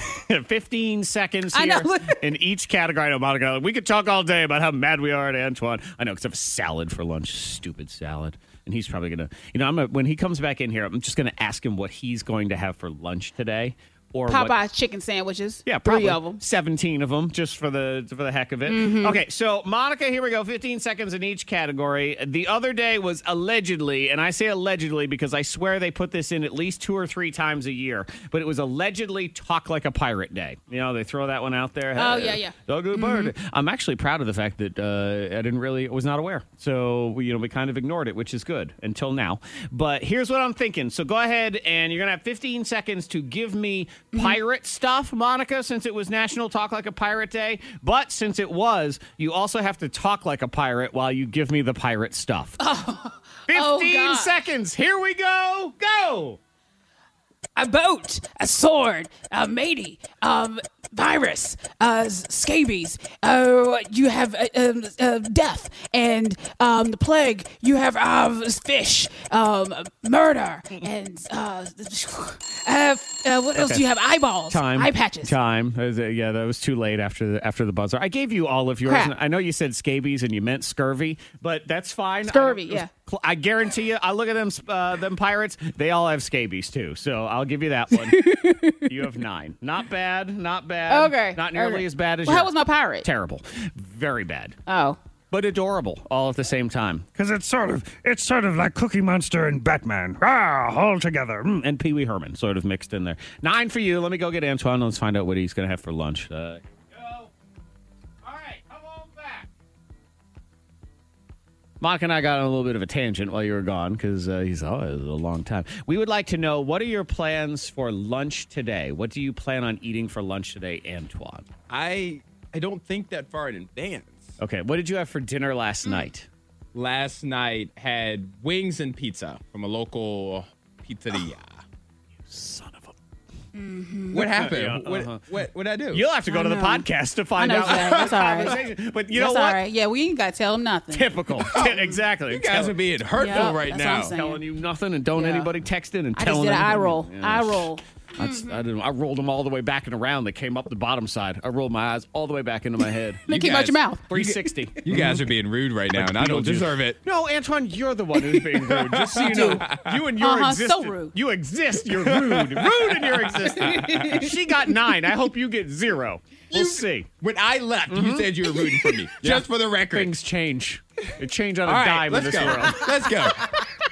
A: fifteen seconds
E: I
A: here
E: know.
A: in each category. I know, Monica, we could talk all day about how mad we are at Antoine. I know, except for salad for lunch. Stupid salad. And he's probably gonna, you know, I'm gonna, when he comes back in here, I'm just gonna ask him what he's going to have for lunch today, or
E: Popeye's
A: what,
E: chicken sandwiches.
A: Yeah, probably
E: three of Mm-hmm. them.
A: Seventeen of them, just for the for the heck of it. Okay, so Monica, here we go. Fifteen seconds in each category. The other day was allegedly, and I say allegedly because I swear they put this in at least two or three times a year. But it was allegedly "Talk Like a Pirate Day." You know, they throw that one out there.
E: Oh,
A: Hey,
E: yeah, yeah.
A: Talk like a pirate. I'm actually proud of the fact that uh, I didn't really was not aware. So we, you know, we kind of ignored it, which is good until now. But here's what I'm thinking. So go ahead and you're gonna have 15 seconds to give me pirate stuff, Monica, since it was National Talk Like a Pirate Day. But since it was, you also have to talk like a pirate while you give me the pirate stuff. 15
E: God.
A: seconds. Here we go. Go.
E: A boat, a sword, a matey, um, virus, uh, s- scabies. Uh, you have uh, um, uh, death and um, the plague. You have um, fish, um, murder, and uh, uh, uh, what else?
A: Okay.
E: do You have eyeballs,
A: Time.
E: eye patches.
A: Time. That was- uh, Yeah, that was too late after the after the buzzer. I gave you all of yours.
E: Crap.
A: and I know you said scabies and you meant scurvy, but that's fine. I
E: Scurvy,
A: don't- it was
E: yeah.
A: cl- I guarantee you. I look at them uh, them pirates. They all have scabies too. So I'll give you that one. you have nine. Not bad. Not bad.
E: Okay.
A: Not nearly
E: okay.
A: as bad as.
E: Well,
A: your-
E: how was my pirate?
A: Terrible. Very bad.
E: Oh.
A: But adorable all at the same time.
G: Because it's sort of it's sort of like Cookie Monster and Batman. Ah, all together. Mm.
A: And Pee Wee Herman sort of mixed in there. Nine for you. Let me go get Antoine. Let's find out what he's going to have for lunch. Uh, Monica and I got on a little bit of a tangent while you were gone because uh, he's oh, it was a long time. We would like to know what are your plans for lunch today? What do you plan on eating for lunch today, Antoine?
C: I I don't think that far in advance.
A: Okay, what did you have for dinner last
E: Hmm.
A: night?
C: Last night had wings and pizza from a local pizzeria.
A: Son of a.
C: What happened?
A: Yeah,
C: what,
A: uh-huh.
C: what what I do?
A: You'll have to go
E: I
A: to the
E: know.
A: podcast to find
E: I know,
A: out.
E: Zach. That's all right.
A: conversation. But you
E: That's
A: know
E: all
A: what?
E: right. Oh. Yeah, we ain't got to tell them nothing.
A: Typical. exactly.
C: you guys are being hurtful
E: Yeah,
C: right
E: that's what I'm
C: now.
E: saying.
A: telling you nothing, and don't
E: Yeah.
A: anybody text in and
E: I just
A: telling
E: did an eye
A: everybody.
E: roll.
A: Yeah.
E: Eye roll.
A: I, just- I didn't, I rolled them all the way back and around. They came up the bottom side. I rolled my eyes all the way back into my head.
E: They
C: You
E: came out your
C: guys-
E: mouth.
A: 360.
C: You guys are being rude right now, and I don't
A: Beetlejuice.
C: deserve it.
A: No, Antoine, you're the one who's being rude. Just so you know, you and your
E: Uh-huh, so
A: existence.
E: rude.
A: You exist. You're rude. rude in your existence. she got nine. I hope you get zero. We'll see.
C: When I left, you said you were rooting for me. Just for the record.
A: Things change. They change on a
C: All right,
A: dime in
C: let's
A: this
C: go.
A: world.
C: let's go.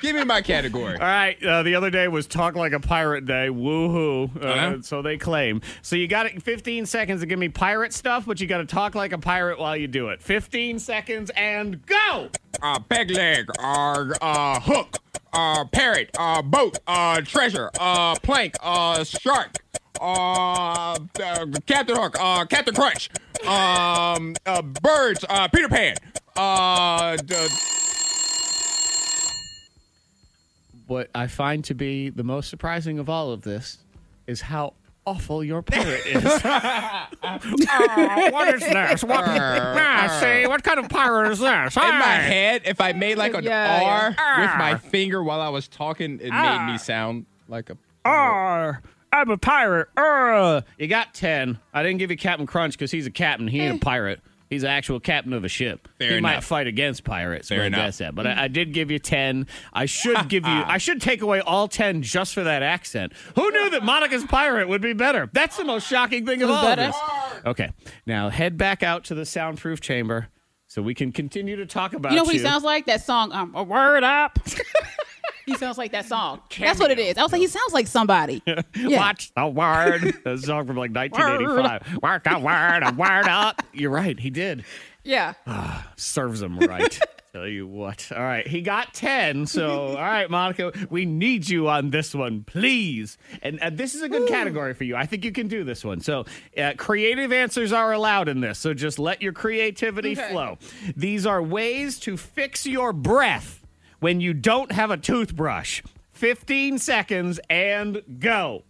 C: Give me my category.
A: All right. Uh, the other day was Talk Like a Pirate Day. Woohoo. Uh,
C: Uh-huh.
A: So they claim. So you got it 15 seconds to give me pirate stuff, but you got to talk like a pirate while you do it. 15 seconds and go.
C: Uh, peg leg, uh, uh, hook, uh, parrot, uh, boat, uh, treasure, uh, plank, uh, shark, uh, uh, Captain Hook, uh, Captain Crunch, um, uh, birds, uh, Peter Pan, uh, d-
A: What I find to be the most surprising of all of this is how awful your pirate is.
G: What is this? What?
C: uh,
G: Ah, see, what kind of pirate is this?
C: in my head, if I made like an
E: Yeah, yeah.
C: R with my finger while I was talking, it made me sound like a.
H: Ah.
C: Oh,
G: Arr, I'm a pirate. Arr.
A: you got 10. I didn't give you Captain Crunch because he's a captain. He ain't
E: Eh.
A: a pirate. He's an actual captain of a ship.
C: Fair
A: he might
C: enough.
A: fight against pirates.
C: Fair
A: but
C: enough.
A: That's that. But I, I did give you ten. I should give you. I should take away all ten just for that accent. Who knew that Monica's pirate would be better? That's the most shocking thing of
E: was
A: all.
E: better.
A: Of this. Okay, now head back out to the soundproof chamber so we can continue to talk about
E: You
A: you.
E: know what he sounds like? That song, um, A Word Up. he sounds like that song. That's what it is. I was like, he sounds like somebody. Yeah.
A: Watch the word. That song from like 1985. Work the word, a word up. You're right. He did.
E: Yeah.
A: serves him right. Tell you what. All right. He got 10. So, all right, Monica, we need you on this one, please. And uh, this is a good category for you. I think you can do this one. So, uh, creative answers are allowed in this. So, just let your creativity
E: Okay.
A: flow. These are ways to fix your breath when you don't have a toothbrush. 15 seconds and go.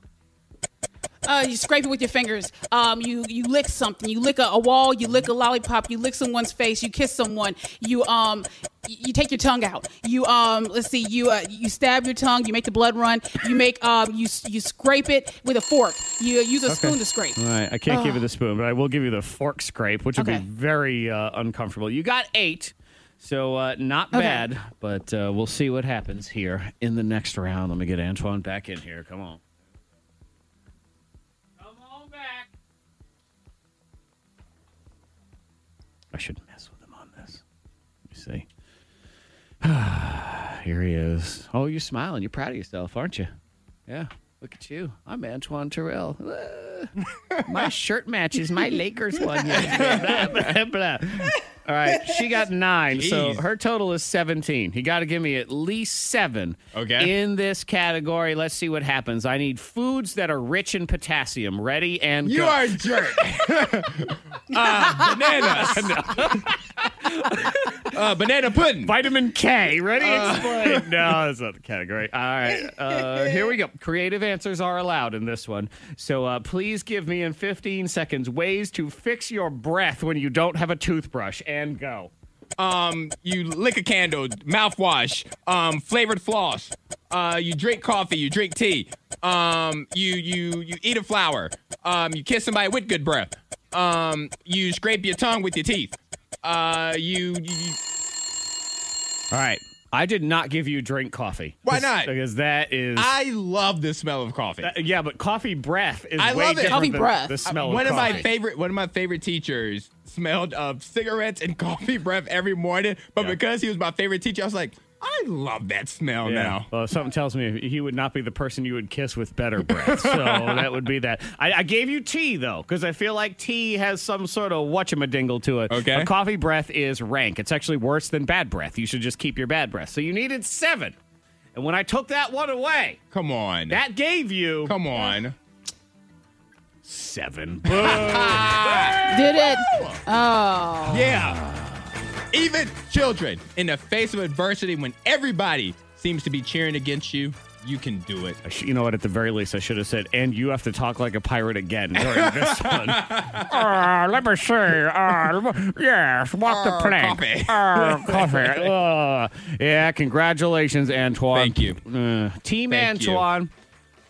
E: Uh, you scrape it with your fingers. Um, you you lick something. You lick a, a wall. You lick a lollipop. You lick someone's face. You kiss someone. You um, y- you take your tongue out. You um, let's see. You uh, you stab your tongue. You make the blood run. You make um, you s- you scrape it with a fork. You use a spoon to scrape.
A: All right, I can't give you the spoon, but I will give you the fork scrape, which would
E: Okay.
A: be very uh, uncomfortable. You got eight, so uh, not
E: Okay.
A: bad, but uh, we'll see what happens here in the next round. Let me get Antoine back in here. Come on. Come on back. I should mess with him on this. Let me see. here he is. Oh, you're smiling. You're proud of yourself, aren't you? Yeah. Look at you. I'm Antoine Terrell. Uh, my shirt matches my Lakers one. yesterday. Blah, blah, blah. All right. She got nine. So
C: Jeez.
A: her total is 17. You got to give me at least seven
C: Okay.
A: in this category. Let's see what happens. I need foods that are rich in potassium. Ready and
C: You
A: go.
C: are a jerk. uh, bananas. uh, banana pudding.
A: Vitamin K. Ready? Explain. Uh, No, that's not the category. All right. Uh, here we go. Creative answers are allowed in this one. So uh, please give me in 15 seconds ways to fix your breath when you don't have a toothbrush and go.
C: Um, you lick a candle, mouthwash, um, flavored floss. Uh, you drink coffee, you drink tea. Um, you you you eat a flower. Um, you kiss somebody with good breath. Um, you scrape your tongue with your teeth. Uh, you, you, you
A: All right. I did not give you drink coffee.
C: Why not?
A: Because that is.
C: I love the smell of coffee.
A: yeah, but coffee breath is
C: I
A: way
C: love it.
A: different
E: Coffee
A: than
E: breath.
A: the smell
C: one
A: of
C: of
A: coffee.
C: my favorite one of my favorite teachers smelled of cigarettes and coffee breath every morning, but
A: Yeah.
C: because he was my favorite teacher, I was like, I love that smell
A: Yeah.
C: now.
A: Well, something tells me he would not be the person you would kiss with better breath. So that would be that. I, I gave you tea though, because I feel like tea has some sort of whatchamadingle to it.
C: Okay.
A: But coffee breath is rank. It's actually worse than bad breath. You should just keep your bad breath. So you needed seven, and when I took that one away,
C: Come on.
A: that gave you
C: Come on.
A: seven.
E: Did it? Oh,
C: Yeah. Even children, in the face of adversity, when everybody seems to be cheering against you, you can do it.
A: I sh- you know what? At the very least, I should have said, "And you have to talk like a pirate again during this one." uh, let me see. Uh, yes, walk
C: Uh, coffee.
A: Uh, coffee. Uh, yeah, congratulations, Antoine.
C: Thank you.
A: Uh, Team
C: Thank you.
A: Antoine.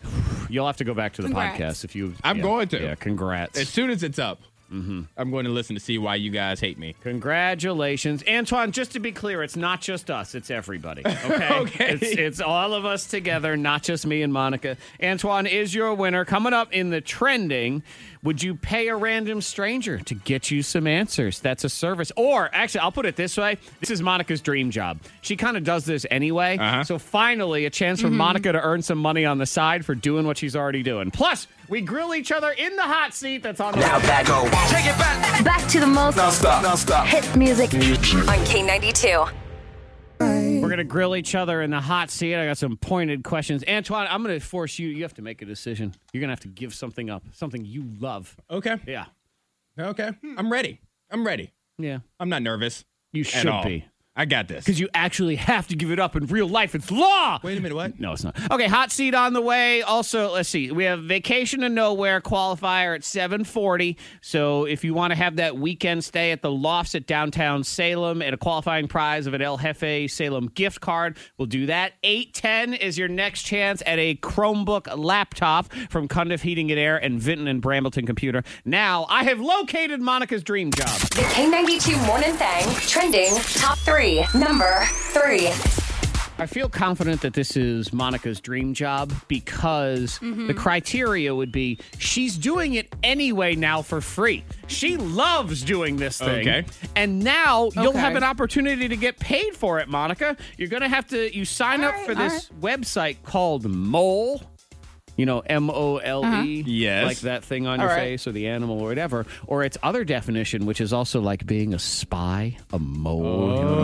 A: You. will have to go back to the
E: Congrats.
A: podcast if you.
C: I'm
A: yeah,
C: going to.
A: Yeah, congrats.
C: As soon as it's up,
A: Mm-hmm.
C: I'm going to listen to see why you guys hate me.
A: Congratulations, Antoine. Just to be clear, it's not just us; it's everybody. Okay,
C: Okay.
A: It's, it's all of us together, not just me and Monica. Antoine is your winner. Coming up in the trending, would you pay a random stranger to get you some answers? That's a service. Or actually, I'll put it this way: this is Monica's dream job. She kind of does this anyway. So finally, a chance for Monica to earn some money on the side for doing what she's already doing. Plus, we grill each other in the hot seat. That's on the.
D: Now back go. Take it back.
I: Back to the most
D: Now stop. Now stop.
I: hit music.
B: on K92.
A: We're gonna grill each other in the hot seat. I got some pointed questions. Antoine, I'm gonna force you. You have to make a decision. You're gonna have to give something up, something you love.
C: Okay.
A: Yeah,
C: Okay. I'm ready. I'm ready.
A: yeah.
C: I'm not nervous.
A: You
C: at
A: should
C: all.
A: be
C: I got this.
A: because you actually have to give it up in real life. It's law.
C: Wait a minute, what?
A: No, it's not. Okay, hot seat on the way. Also, let's see. We have vacation to nowhere qualifier at 7:40. So if you want to have that weekend stay at the lofts at downtown Salem and a qualifying prize of an El Jefe Salem gift card, we'll do that. 8:10 is your next chance at a Chromebook laptop from Cundiff Heating and Air and Vinton and Brambleton Computer. Now I have located Monica's dream job.
B: The K92 Morning Thang trending top three. Number three.
A: I feel confident that this is Monica's dream job because
E: Mm-hmm.
A: the criteria would be she's doing it anyway now for free. She loves doing this thing.
C: Okay.
A: And now you'll
E: Okay.
A: have an opportunity to get paid for it, Monica. You're going to have to you sign up for
E: all
A: this website called Mole. you know, M O L E,
C: Yes.
A: like that thing on your
E: Uh-huh. All right.
A: face or the animal or whatever, or its other definition, which is also like being a spy, a
C: Oh.
A: mole. you know,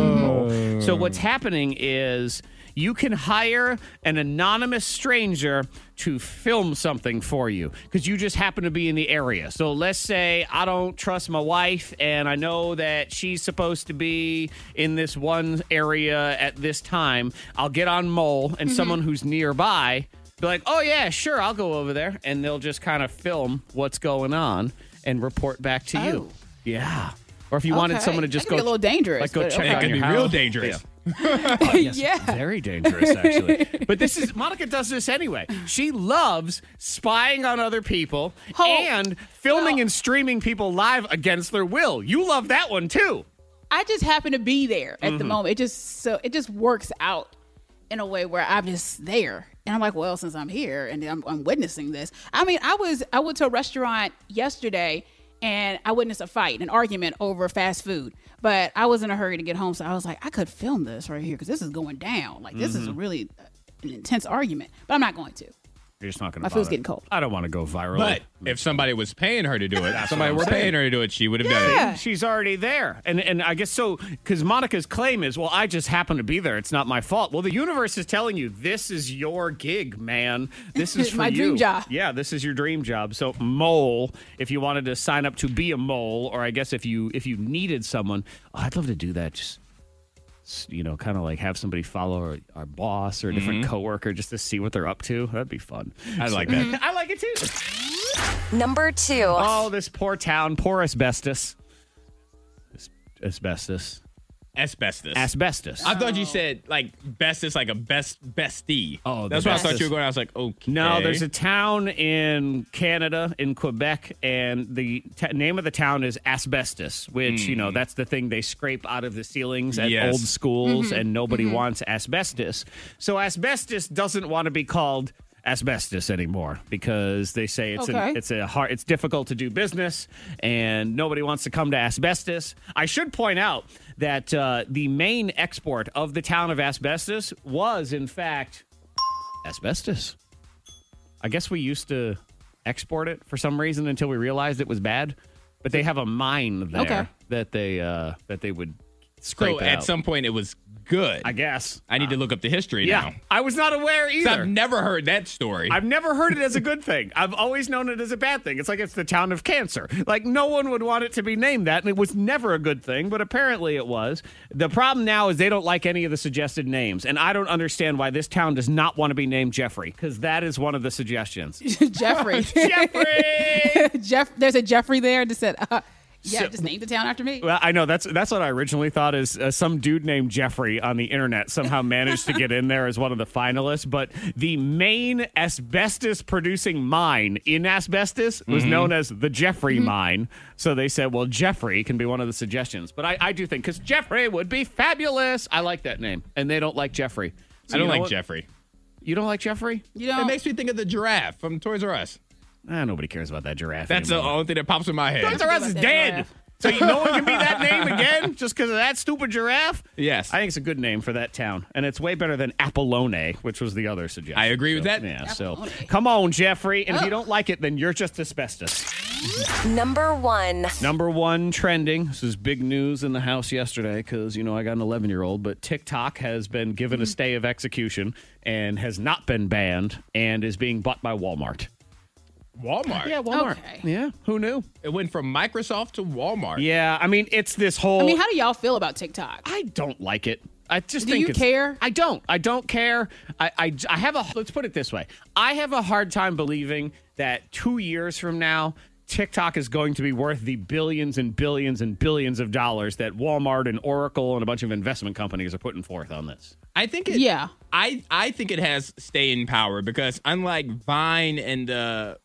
A: a mole. So what's happening is you can hire an anonymous stranger to film something for you because you just happen to be in the area. So let's say I don't trust my wife and I know that she's supposed to be in this one area at this time. I'll get on mole and someone who's nearby be like, oh, yeah, sure, I'll go over there. And they'll just kind of film what's going on and report back to you.
E: Oh.
A: Yeah. Or if you wanted
E: Okay.
A: someone to just
E: That
A: go,
E: could be a little dangerous,
A: like go
E: but
A: check
E: okay.
A: on
C: It could
A: your
C: be
A: house.
C: real dangerous.
E: yeah.
A: Very dangerous, actually. but this is Monica does this anyway. She loves spying on other people
E: Oh,
A: and filming
E: well-
A: and streaming people live against their will. You love that one too.
E: I just happen to be there at the moment. It just so it just works out in a way where I'm just there. And I'm like, well, since I'm here and I'm, I'm witnessing this. I mean, I was I went to a restaurant yesterday and I witnessed a fight, an argument over fast food. But I was in a hurry to get home, so I was like, I could film this right here because this is going down. Like this is really uh, an intense argument, but I'm not going to.
A: You're just not going to.
E: My food's bother. getting cold.
A: I don't want to go viral.
C: But if somebody was paying her to do it, somebody
A: what
C: were
A: I'm saying.
C: paying her to do it, she would have done
E: Yeah.
C: it.
A: she's already there, and and I guess so because Monica's claim is, well, I just happen to be there. It's not my fault. Well, the universe is telling you this is your gig, man. This is for
E: My
A: you.
E: dream job.
A: Yeah, this is your dream job. So mole, if you wanted to sign up to be a mole, or I guess if you if you needed someone, oh, I'd love to do that. Just s- you know, kind of like have somebody follow our, our boss or a different coworker just to see what they're up to. That'd be fun.
C: Mm-hmm. I like that.
E: Mm-hmm.
A: I like it too.
B: Number two.
A: Oh, this poor town, poor asbestos. As- Asbestos.
C: Asbestos.
A: Asbestos.
C: I thought you said like best is like a best bestie.
A: Oh, the
C: that's what I
A: bestest.
C: thought you were going. I was like, okay.
A: No, there's a town in Canada, in Quebec, and the t- name of the town is asbestos, which, you know, that's the thing they scrape out of the ceilings at
C: Hmm. Yes.
A: old schools, and nobody wants asbestos. So, asbestos doesn't want to be called asbestos anymore because they say it's
E: Okay.
A: an, it's a hard it's difficult to do business and nobody wants to come to asbestos i should point out that uh, the main export of the town of asbestos was in fact asbestos. I guess we used to export it for some reason until we realized it was bad. But they have a mine there
E: Okay.
A: that they uh, that they would scrape
C: so
A: it
C: at
A: out.
C: some point it was good.
A: I
C: I,
A: guess.
C: need to look up the history
A: Yeah,
C: now.
A: I was not aware
C: 'Cause
A: either.
C: I've never heard that story.
A: I've never heard it as a good thing. I've always known it as a bad thing. It's like it's the town of cancer. Like no one would want it to be named that, and it was never a good thing, but apparently it was. The problem now is they don't like any of the suggested names, and I don't understand why this town does not want to be named Jeffrey because that is one of the suggestions.
E: Jeffrey.
A: Jeffrey.
E: Jeff there's a Jeffrey there that said, uh, yeah,
A: So-
E: just name the town after me.
A: well, I know that's that's what I originally thought is uh, some dude named Jeffrey on the internet somehow managed to get in there as one of the finalists, but the main asbestos producing mine in asbestos was known as the Jeffrey mine. So they said, well, Jeffrey can be one of the suggestions. But I, I do think because Jeffrey would be fabulous. I like that name, and they don't like Jeffrey. So
C: I
A: you
C: don't
A: know
C: like
A: what?
C: Jeffrey.
A: You don't like Jeffrey?
E: you know,
C: It makes me think of the giraffe from Toys R Us.
A: Ah, nobody cares about that giraffe.
C: That's the
A: anymore.
C: only thing that pops in my head.
A: Toys R Us is
E: that
A: dead.
E: giraffe.
A: So you, no one can be that name again just because of that stupid giraffe?
C: Yes.
A: I think it's a good name for that town. And it's way better than Apollone, which was the other suggestion.
C: I agree with
A: So,
C: that.
A: Yeah, so
E: Apollone.
A: come on, Jeffrey. And if you
E: Oh.
A: don't like it, then you're just asbestos.
B: Number one.
A: Number one trending. This is big news in the house yesterday because, you know, I got an 11 year old, but TikTok has been given
E: Mm-hmm.
A: a stay of execution and has not been banned and is being bought by Walmart.
C: Walmart.
A: Yeah, Walmart.
E: Okay.
A: Yeah, who knew?
C: It went from Microsoft to Walmart.
A: Yeah, I mean, it's this whole.
E: I mean, how do y'all feel about TikTok?
A: I don't like it. I just
E: Do
A: think
E: you
A: it's-
E: care?
A: I don't. I don't care. I, I I have a let's put it this way. I have a hard time believing that two years from now TikTok is going to be worth the billions and billions and billions of dollars that Walmart and Oracle and a bunch of investment companies are putting forth on this.
C: I think it.
E: Yeah.
C: I I think it has staying power because unlike Vine and the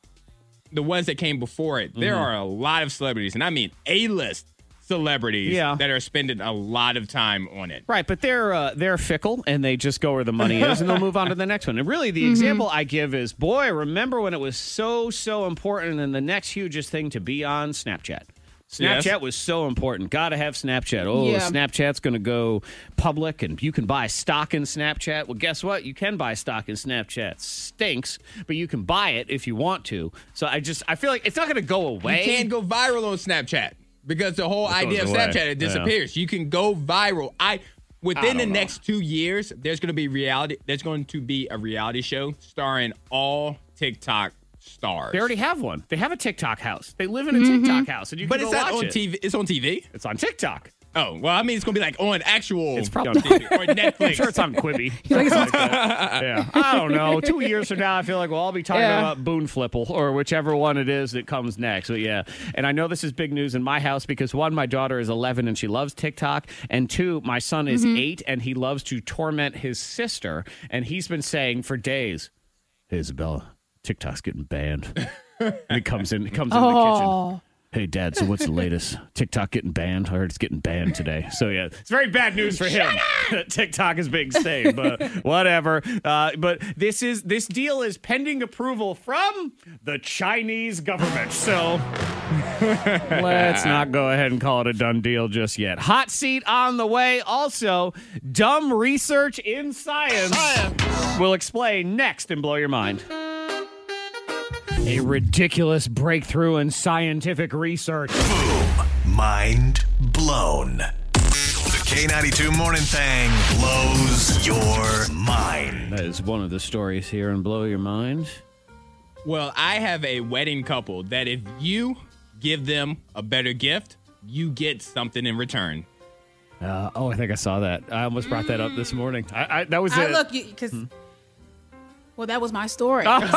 C: the ones that came before it,
A: Mm-hmm.
C: there are a lot of celebrities, and I mean A list celebrities
A: Yeah.
C: that are spending a lot of time on it.
A: Right, but they're uh, they're fickle and they just go where the money is and they'll move on to the next one. And really,
C: Mm-hmm.
A: the example I give is, boy, remember when it was so so important and the next hugest thing to be on Snapchat. Snapchat
C: Yes.
A: was so important. Got to have Snapchat. Oh,
E: Yeah.
A: Snapchat's going to go public and you can buy stock in Snapchat. Well, guess what? You can buy stock in Snapchat. Stinks, but you can buy it if you want to. So I just I feel like it's not going to go away.
C: You can't go viral on Snapchat because the whole idea of
A: goes away.
C: Snapchat it
A: Yeah.
C: disappears. You can go viral. I within the
A: don't know.
C: next two years, there's going to be reality. There's going to be a reality show starring all TikTok stars.
A: They already have one. They have a TikTok house. They live in a TikTok house and you can
C: Mm-hmm. but
A: go
C: it's not
A: watch
C: on
A: it.
C: TV. It's on TV.
A: It's on TikTok.
C: Oh well, I mean, it's going to be like on actual.
A: It's probably-
C: TV or Netflix.
A: I'm sure it's on Quibi. Something like that. yeah. I don't know. Two years from now, I feel like we'll all be talking
E: Yeah.
A: about Boon Flipple or whichever one it is that comes next. But yeah. And I know this is big news in my house because one, my daughter is 11 and she loves TikTok. And two, my son is
E: Mm-hmm.
A: eight and he loves to torment his sister. And he's been saying for days, Hey, Isabella, TikTok's getting banned. and he comes in, he comes in the kitchen.
E: Oh.
A: Hey, Dad, so what's the latest? TikTok getting banned? I heard it's getting banned today. So, yeah, it's very bad news for him. that TikTok is being saved, but whatever. Uh, but this is this deal is pending approval from the Chinese government. So let's not go ahead and call it a done deal just yet. Hot seat on the way. Also, dumb research in science. We'll explain next and blow your mind. A ridiculous breakthrough in scientific research.
I: Mind blown. The K92 morning thing blows your mind.
A: That is one of the stories here in Blow Your Mind.
C: Well, I have a wedding couple that if you give them a better gift, you get something in return.
A: Uh, oh, I think I saw that. I almost brought that up this morning. I, I, that was
E: I
A: it.
E: look because.
A: Hmm.
E: Well, that was my story. so yes,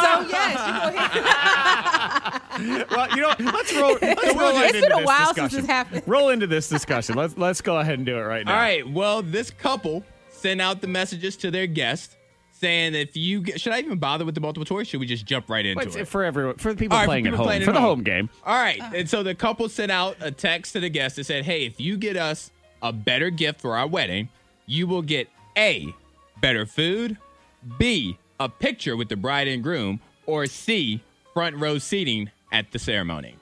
E: you go ahead.
A: Well, you know, what? let's roll. Let's roll
E: It's
A: into
E: been a
A: this
E: while since
A: discussion.
E: this happened.
A: Roll into this discussion. Let's let's go ahead and do it right now.
C: All right. Well, this couple sent out the messages to their guests saying, if you get, should I even bother with the multiple choice? Should we just jump right into
A: But
C: it?
A: it's for everyone, for the people
C: All right, for
A: playing at
C: people
A: home,
C: playing at
A: for the
C: home.
A: home game.
C: All right.
E: Ah.
C: And so the couple sent out a text to the guests that said, hey, if you get us a better gift for our wedding, you will get A, better food, B, a picture with the bride and groom, or C, front row seating at the ceremony.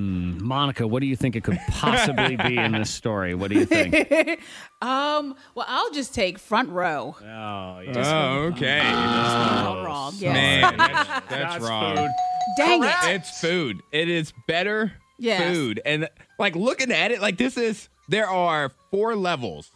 A: Monica, what do you think it could possibly be in this story? What do you think?
E: Um, well, I'll just take front row.
A: Oh, yeah.
C: Oh, okay.
E: All wrong. Yes.
C: Man, that's, that's wrong.
A: food.
E: Dang it.
C: It's food. It is better
E: Yes.
C: food. And like looking at it, like this is there are four levels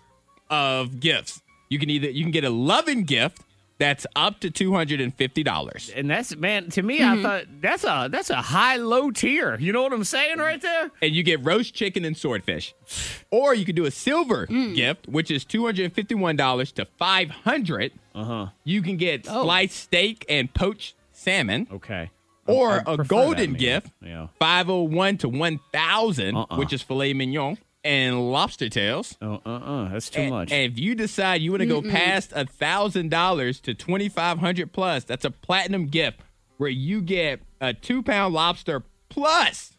C: of gifts. You can either you can get a loving gift that's up to two hundred and fifty dollars.
A: And that's man. To me, I thought that's a that's a high low tier. You know what I'm saying, right there?
C: And you get roast chicken and swordfish. Or you can do a silver gift, which is two hundred and fifty-one dollars to five hundred. Uh-huh. You can get sliced steak and poached salmon.
A: Okay.
C: or
A: I
C: a
A: prefer
C: golden
A: that,
C: gift,
A: yeah.
C: 501 to 1000,
A: Uh-uh.
C: which is filet mignon and lobster tails.
A: Oh, uh, uh, that's too
C: And,
A: much.
C: and if you decide you want to go past a thousand dollars to 2500 plus, that's a platinum gift where you get a two pound lobster plus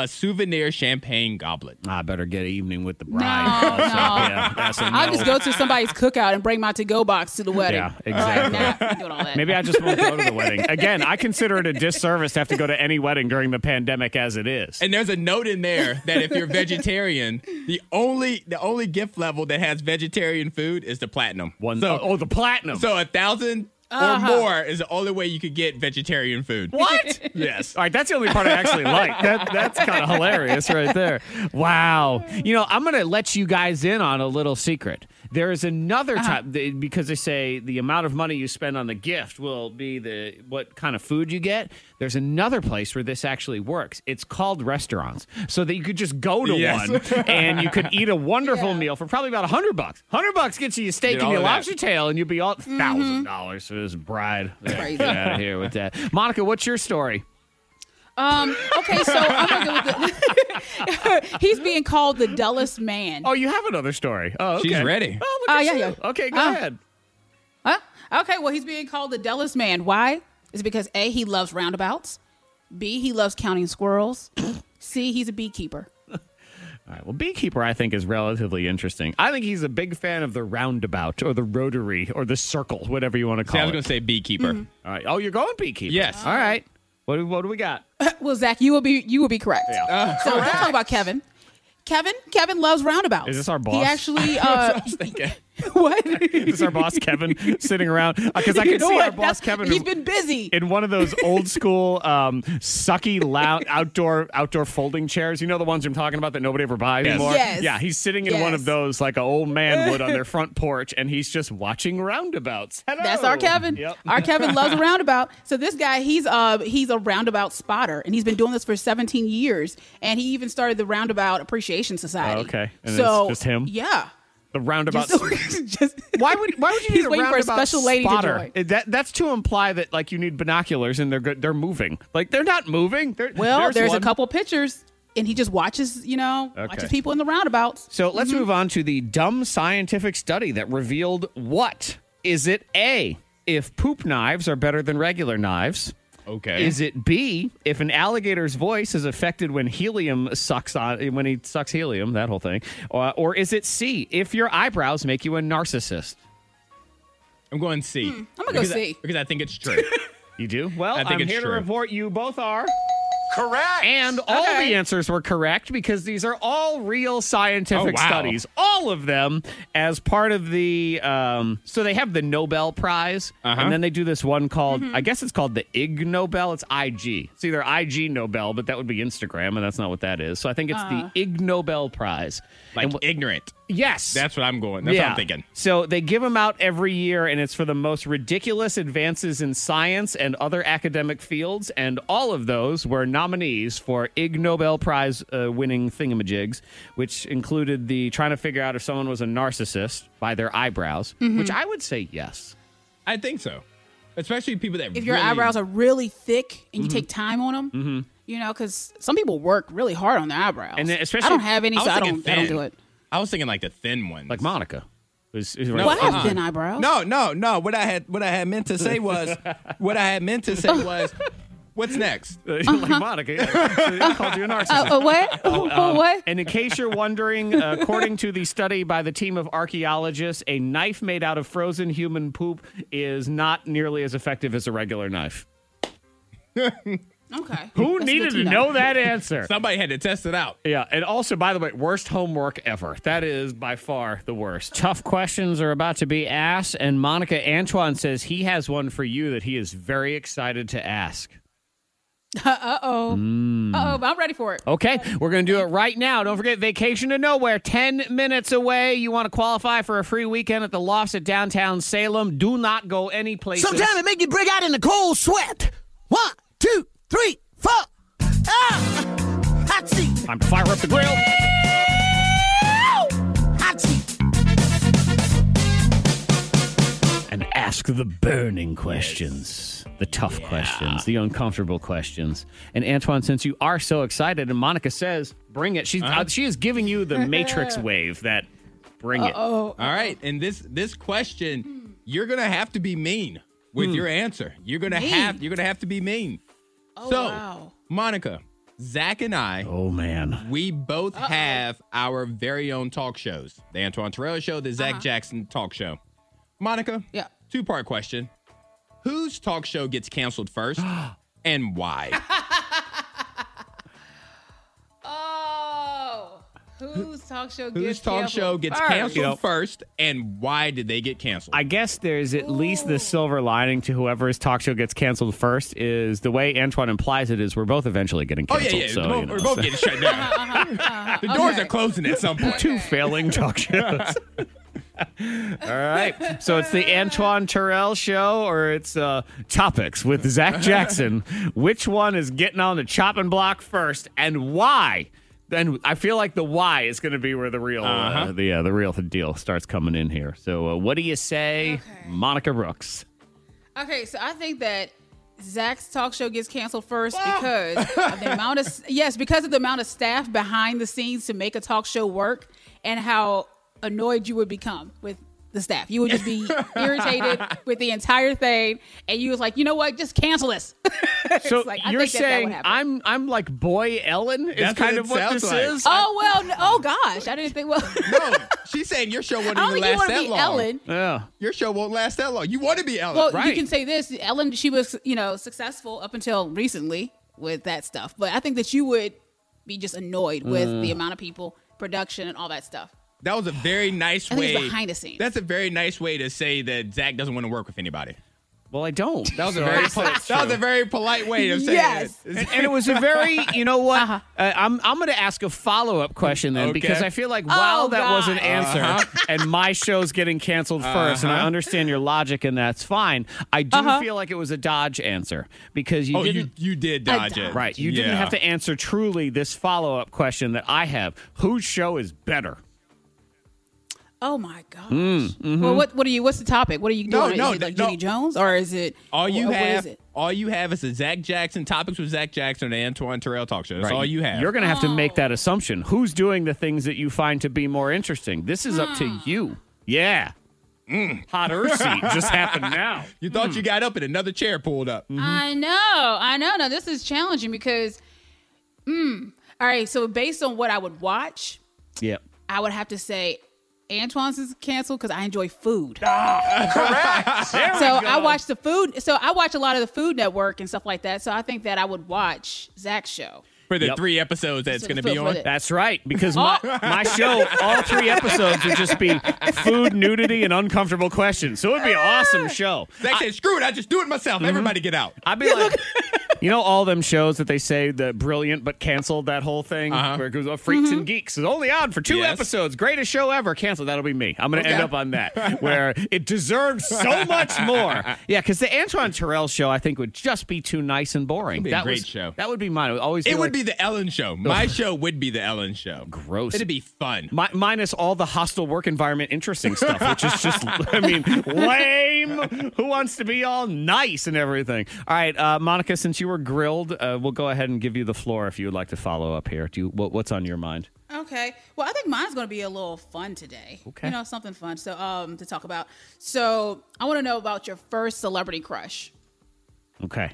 C: a souvenir champagne goblet.
A: I better get an evening with the
E: No,
A: bride.
E: no.
A: Yeah, that's a
E: I'll
A: no.
E: just go to somebody's cookout and bring my to-go box to the wedding.
A: Yeah,
E: All right,
A: exactly.
E: nah, I'm doing all that.
A: Maybe I just won't go to the wedding. Again, I consider it a disservice to have to go to any wedding during the pandemic as it is.
C: And there's a note in there that if you're vegetarian, the only the only gift level that has vegetarian food is the platinum.
A: One,
C: So-
A: oh, oh, the platinum.
C: So a thousand
E: Uh-huh.
C: or more is the only way you could get vegetarian food.
A: what?
C: Yes.
A: All right, that's the only part I actually like. That, that's kind of hilarious right there. Wow. You know, I'm going to let you guys in on a little secret. There is another
C: Uh-huh.
A: type they- because they say the amount of money you spend on the gift will be the what kind of food you get. There's another place where this actually works. It's called restaurants, so that you could just go to
C: Yes.
A: one and you could eat a wonderful meal for probably about a hundred bucks. Hundred bucks gets you a steak
C: Get
A: and
C: all
A: your
C: of that.
A: lobster tail, and you'd be all
E: Mm-hmm.
A: 1000 dollars for this bride. Yeah,
E: Crazy.
A: Get out of here with that, Monica. What's your story?
E: Um, okay, so I'm gonna go with the, he's being called the dullest man.
A: Oh, you have another story. Oh, okay.
C: She's ready.
A: Oh, look
E: Uh,
A: at
E: yeah,
A: you.
E: yeah.
A: Okay, go
E: Uh,
A: ahead.
E: Huh? Okay, well he's being called the dullest man. Why? Is because a he loves roundabouts, b he loves counting squirrels, c he's a beekeeper.
A: All right. Well, beekeeper, I think, is relatively interesting. I think he's a big fan of the roundabout or the rotary or the circle, whatever you want to
C: See, I
A: call
C: was
A: it.
C: going to say beekeeper.
E: Mm-hmm.
A: All right. Oh, you're going beekeeper.
C: Yes.
A: All right. What, do- what do we got?
E: Well, Zach, you will be you will be correct. so we're talking about Kevin. Kevin, Kevin loves roundabouts.
A: Is this our
E: He
A: boss?
E: actually uh, what?
A: Is our boss Kevin sitting around? Because I
E: You
A: can
E: know
A: see our
E: what?
A: boss
E: That's-
A: Kevin.
E: He's been busy.
A: in one of those old school um, sucky loud outdoor outdoor folding chairs. You know the ones I'm talking about that nobody ever buys anymore.
E: Yes.
A: Yeah, he's sitting in one of
E: Yes.
A: those like an old man would on their front porch, and he's just watching roundabouts. Hello.
E: That's our Kevin.
A: Yep.
E: Our Kevin loves a roundabout. So this guy, he's uh he's a roundabout spotter, and he's been doing this for 17 years. And he even started the Roundabout Appreciation Society.
A: Oh, okay. And
E: so
A: it's just him?
E: Yeah.
A: the roundabout.
E: Just, just-
A: Why would Why would you need
E: He's
A: a
E: waiting for a
A: roundabout
E: special lady to
A: spotter?
E: join.
A: Uh, That that's to imply that like you need binoculars and they're good. They're moving. Like they're not moving. They're,
E: Well, there's, a
A: one.
E: couple pictures, and he just watches, you know,
A: Okay.
E: watches people in the roundabouts.
A: So let's move on to the dumb scientific study that revealed what? Is it A, if poop knives are better than regular knives?
C: Uh, Okay.
A: Is it B, if an alligator's voice is affected when helium sucks on when he sucks helium, that whole thing? Or, or is it C, if your eyebrows make you a narcissist?
C: I'm going C.
E: Mm, I'm gonna go
C: Because I-
E: C.
C: because I think it's true.
A: You do? Well,
C: I think
A: I'm
C: it's
A: here
C: true.
A: to report you both are.
D: Correct.
A: And all
E: Okay.
A: the answers were correct because these are all real scientific
C: Oh, wow.
A: studies, all of them, as part of the. Um, so they have the Nobel Prize,
C: Uh-huh.
A: and then they do this one called,
C: Mm-hmm.
A: I guess it's called the Ig Nobel. It's IG. It's either IG Nobel, but that would be Instagram, and that's not what that is. So I think it's the Ig Nobel Prize.
C: Uh. like
A: And wh-
C: ignorant.
A: yes,
C: That's what I'm going. That's what I'm thinking.
A: so they give them out every year, and it's for the most ridiculous advances in science and other academic fields. And all of those were nominees for Ig Nobel Prize uh, winning thingamajigs, which included the trying to figure out if someone was a narcissist by their eyebrows, which I would say yes.
C: I think so. Especially people that
E: If your
C: really-
E: eyebrows are really thick and you take time on them, you know, because some people work really hard on their eyebrows.
A: And then
E: I
A: especially-
E: don't have any,
C: I was
E: so I
C: thinking
E: don't, I don't
C: thin.
E: do it.
C: I was thinking like the thin ones.
A: Like Monica. Is, is
E: Well, I have
C: uh-uh.
E: thin eyebrows.
C: No, no, no. What I had what I had meant to say was what I had meant to say was what's next?
A: like Monica. yeah. So they called you a narcissist.
E: Uh, what? what?
A: And in case you're wondering, according to the study by the team of archaeologists, a knife made out of frozen human poop is not nearly as effective as a regular knife.
E: Okay.
A: Who
E: That's
A: needed
E: good
A: to know that answer?
C: Somebody had to test it out.
A: yeah, and also, by the way, worst homework ever. That is by far the worst. Tough questions are about to be asked, and Monica Antoine says he has one for you that he is very excited to ask.
E: Uh oh. Uh oh. But I'm ready for it.
A: Okay, we're going to do it right now. Don't forget Vacation to Nowhere, 10 minutes away. You want to qualify for a free weekend at the Lofts at downtown Salem. Do not go any place.
H: Sometimes it make you break out in a cold sweat. One, two, three, four. Ah! Hot seat.
A: I'm fire up the grill.
H: Hot seat.
A: And ask the burning questions, the tough questions, the uncomfortable questions. And Antoine, since you are so excited, and Monica says, bring it. She's, uh, she is giving you the Matrix wave that bring it.
E: Oh.
C: All right. And this this
E: Hmm.
C: question, you're gonna have to be mean with your answer. You're gonna have you're gonna have to be mean.
E: Oh,
C: so
E: wow.
C: Monica, Zach and I
A: Oh, man.
C: We both have our very own talk shows the Antoine Terrell Show, the Zach Jackson Talk Show. Monica,
E: Uh-huh. Yeah.
C: two part question Whose talk show gets canceled first and why?
E: Oh. Whose talk show gets
C: Whose talk show
E: canceled
C: gets
E: first?
C: canceled first and why did they get canceled?
A: I guess there's at least the silver lining to whoever's talk show gets canceled first is the way Antoine implies it is we're both eventually getting
C: oh, yeah,
A: canceled.
C: yeah.
A: So, you
C: We're both-
A: know,
C: we're both getting shut down.
E: Uh-huh.
C: the doors are closing at some point.
A: two failing talk shows. All right. So it's the Antoine Terrell show or it's uh, Topics with Zach Jackson. Which one is getting on the chopping block first and why? Then I feel like the why is going to be where the real
C: Uh-huh.
A: uh, the uh, the real deal starts coming in here. So uh, what do you say, Monica Brooks?
E: Okay, so I think that Zach's talk show gets canceled first because of the amount of yes, because of the amount of staff behind the scenes to make a talk show work, and how annoyed you would become with the staff. You would just be irritated with the entire thing, and you was like, you know what, just cancel this.
A: So
E: like, I
A: you're
E: think that that
A: saying
E: would happen.
A: I'm I'm like boy Ellen is
C: That's what
A: kind
C: it
A: of what
C: sounds
A: this
C: like.
A: is.
E: oh well, no, oh gosh, I didn't think well.
C: no, she said saying your show won't
E: I don't
C: even
E: think you
C: last
E: want to
C: that
E: be
C: long.
E: Ellen.
A: Yeah.
C: Your show won't last that long. You want to be Ellen,
E: Well,
C: right?
E: you can say this. Ellen, she was, you know, successful up until recently with that stuff. But I think that you would be just annoyed with the amount of people, production, and all that stuff.
C: that was a very nice
E: I think
C: way.
E: it's behind the scenes.
C: That's a very nice way to say that Zach doesn't want to work with anybody.
A: Well, I don't.
C: That was a very poli- that was a very polite way of saying
E: Yes.
C: it.
A: and, and it was a very, you know what?
E: Uh-huh.
A: uh I'm I'm going to ask a follow up question then
C: Okay. Uh-huh.
A: because I feel like wow,
E: Oh,
A: that was an
E: God.
A: answer, and my show's getting canceled 1st and I understand your logic, and that's fine. I do
E: Uh-huh.
A: feel like it was a dodge answer because you
C: Oh, you
A: didn't.
C: you did dodge
E: dodge.
C: it,
A: Right, you didn't
C: Yeah.
A: have to answer truly this follow up question that I have. Whose show is better?
E: Oh my gosh. Well, what what are you? What's the topic? What are you
C: No,
E: doing?
C: no,
E: is it like
C: no.
E: Judy Jones or is it
C: All you
E: wh- what
C: have,
E: is it?
C: all you have, is the Zach Jackson topics with Zach Jackson and Antoine Terrell talk show. That's
A: Right,
C: all you have.
A: You're going to have to make that assumption. Who's doing the things that you find to be more interesting? This is up to you. Yeah.
C: Mm.
A: Hot earth seat just happened now.
C: You thought you got up and another chair pulled up.
E: I know, I know. Now this is challenging because, mm, all right. So based on what I would watch,
A: Yep.
E: I would have to say Antoine's is canceled because I enjoy food.
A: Ah.
E: so I watch the food. So I watch a lot of the Food Network and stuff like that. So I think that I would watch Zach's show.
C: For the
A: Yep.
C: three episodes that's
E: So
C: going to
E: for-
C: be
E: for
C: on.
E: the-
A: That's right, because my, my show, all three episodes would just be food, nudity, and uncomfortable questions. So it would be an awesome show.
C: Zach said, "Screw it! I just do it myself.
A: Mm-hmm.
C: Everybody get out."
A: I'd be like, you know, all them shows that they say the brilliant but canceled that whole thing
C: Uh-huh.
A: where it goes, oh, Freaks and Geeks is only on for two
C: Yes.
A: episodes, greatest show ever, canceled. That'll be me. I'm going to end
C: Okay.
A: up on that where it deserved so much more. Yeah, because the Antoine Terrell show I think would just be too nice and boring.
C: be a
A: that
C: great
A: was,
C: show.
A: That would be mine. It would always.
C: It
A: feel
C: would
A: like-
C: be the Ellen show. My show would be the Ellen show.
A: Gross.
C: It'd be fun.
A: Mi- minus all the hostile work environment interesting stuff, which is just, I mean, lame. Who wants to be all nice and everything? All right, uh, Monica, since you were grilled, uh, we'll go ahead and give you the floor if you would like to follow up here. Do you, what, what's on your mind?
E: Okay. Well, I think mine's going to be a little fun today.
A: Okay.
E: You know, something fun. So, um, to talk about. So, I want to know about your first celebrity crush.
A: Okay.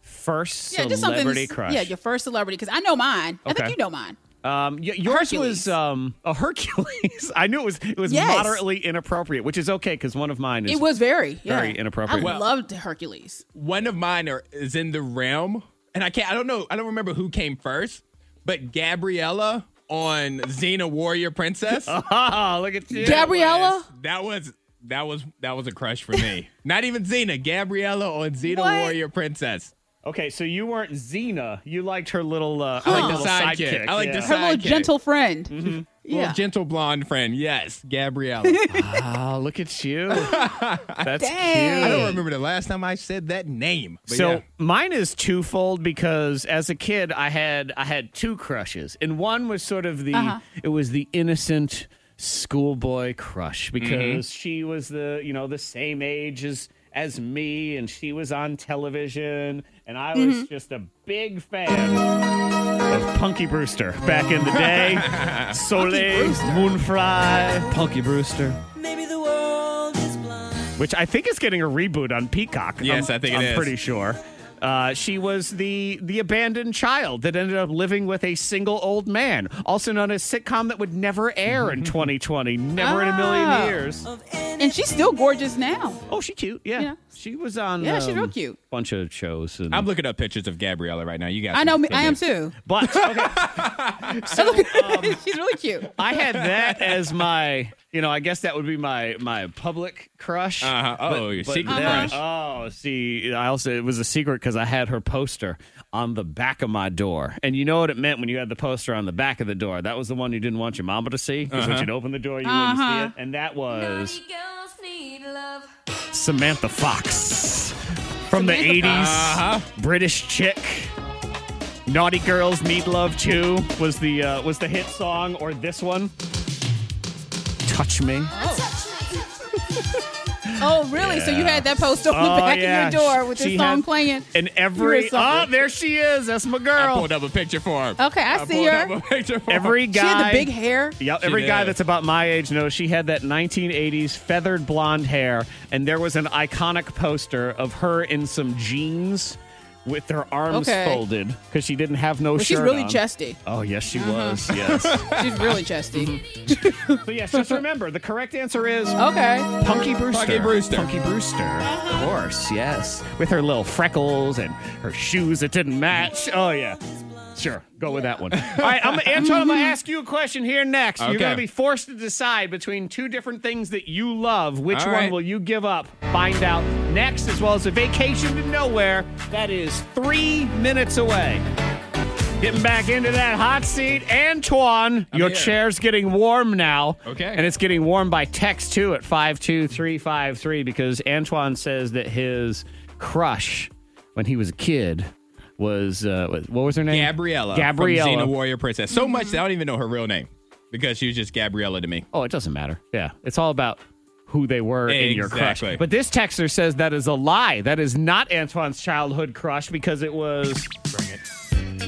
A: First
E: Yeah, just something.
A: celebrity crush.
E: Yeah, your first celebrity because I know mine. I
A: Okay.
E: think you know mine.
A: um, y- yours was
E: Hercules.
A: um, a Hercules. I knew it was it was
E: Yes.
A: moderately inappropriate, which is okay because one of mine is
E: It was very
A: very
E: yeah.
A: inappropriate.
E: I
A: Well-
E: loved Hercules.
C: One of mine are, is in the realm, and I can't. I don't know. I don't remember who came first, but Gabriella on Xena Warrior Princess.
A: Oh, look at you.
E: Gabriella.
C: That was that was that was a crush for me. Not even Xena, Gabriella on Xena
E: What?
C: Warrior Princess.
A: Okay, so you weren't Xena. You liked her little. Uh, I
C: like
A: like
C: the
A: little
C: sidekick.
A: sidekick.
C: I like
A: yeah.
C: the
E: Her little
C: sidekick.
E: gentle friend.
A: Mm-hmm.
C: Little
E: Yeah.
C: gentle blonde friend. Yes, Gabriella.
A: Oh, look at you. That's
C: I
A: cute.
C: don't remember the last time I said that name. But
A: So
C: yeah.
A: mine is twofold because as a kid I had I had two crushes. And one was sort of the
C: Uh-huh.
A: it was the innocent schoolboy crush because she was the, you know, the same age as as me and she was on television and I
C: Mm-hmm.
A: was just a big fan of Punky Brewster back in the day. Soleil, Moonfly, Punky Brewster. which I think is getting a reboot on Peacock.
C: Yes,
A: I'm,
C: I think it
A: I'm
C: is.
A: pretty sure. Uh, she was the the abandoned child that ended up living with a single old man, also known as sitcom that would never air in 2020, never in a
E: Ah.
A: million years.
E: And she's still gorgeous now.
A: Oh, she cute, yeah.
E: Yeah.
A: She was on
E: Yeah, she's real
A: um,
E: cute.
A: bunch of shows. And,
C: I'm looking up pictures of Gabriella right now. You guys,
E: I know. me-
C: can
E: I am
C: continue.
E: too.
A: but okay, um,
E: she's really cute.
A: I had that as my, you know, I guess that would be my my public crush.
C: Uh-huh. Oh, your secret
A: then-
C: crush.
A: Oh, see, I also it was a secret because I had her poster on the back of my door, and you know what it meant when you had the poster on the back of the door. That was the one you didn't want your mama to see because
C: Uh-huh.
A: when she'd open the door, you wouldn't see it, and that was Samantha Fox from the
E: Samantha Uh-huh.
A: '80s, British chick. Naughty Girls Need Love Too was the uh, was the hit song, or this one, Touch Me.
E: Oh, really? So you had that poster on the
A: Oh,
E: back
A: yeah.
E: of your door with
A: She
E: this song
A: had-
E: playing.
A: And
E: You
A: every
E: were
A: oh,
E: something.
A: there she is. That's my
C: I
A: girl.
C: pulled up a picture for her.
E: Okay, I see
C: pulled
E: her.
C: up a picture for her.
A: Every
E: She had
A: guy,
E: the big hair.
A: Yep,
C: She
A: every guy
C: did.
A: that's about my age knows she had that 1980s feathered blonde hair, and there was an iconic poster of her in some jeans with their arms
E: Okay.
A: folded because she didn't have no
E: Well,
A: shirt
E: she's really Uh-huh.
A: on.
E: chesty.
A: Oh yes, she was. Yes.
E: She's really chesty.
A: so yes, just remember the correct answer is
E: Okay.
A: Punky Brewster.
C: Punky Brewster.
A: Punky Brewster. Of course, yes. With her little freckles and her shoes that didn't match. Oh, yeah. Sure, go with that one. All right, I'm, Antoine, I'm going to ask you a question here next. You're
C: Okay.
A: going to be forced to decide between two different things that you love. Which
C: All
A: one
C: right.
A: will you give up? Find out next, as well as a vacation to nowhere that is three minutes away. Getting back into that hot seat. Antoine,
C: I'm
A: your
C: here.
A: chair's getting warm now.
C: Okay.
A: And it's getting warm by text too at 52353 because Antoine says that his crush when he was a kid was uh, what was her name?
C: Gabriella.
A: Gabriella.
C: From Xena Warrior Princess. So much that I don't even know her real name because she was just Gabriella to me.
A: Oh, it doesn't matter. Yeah. It's all about who they were in your crush.
C: Exactly.
A: But this texter says that is a lie. That is not Antoine's childhood crush because it was
C: Bring it.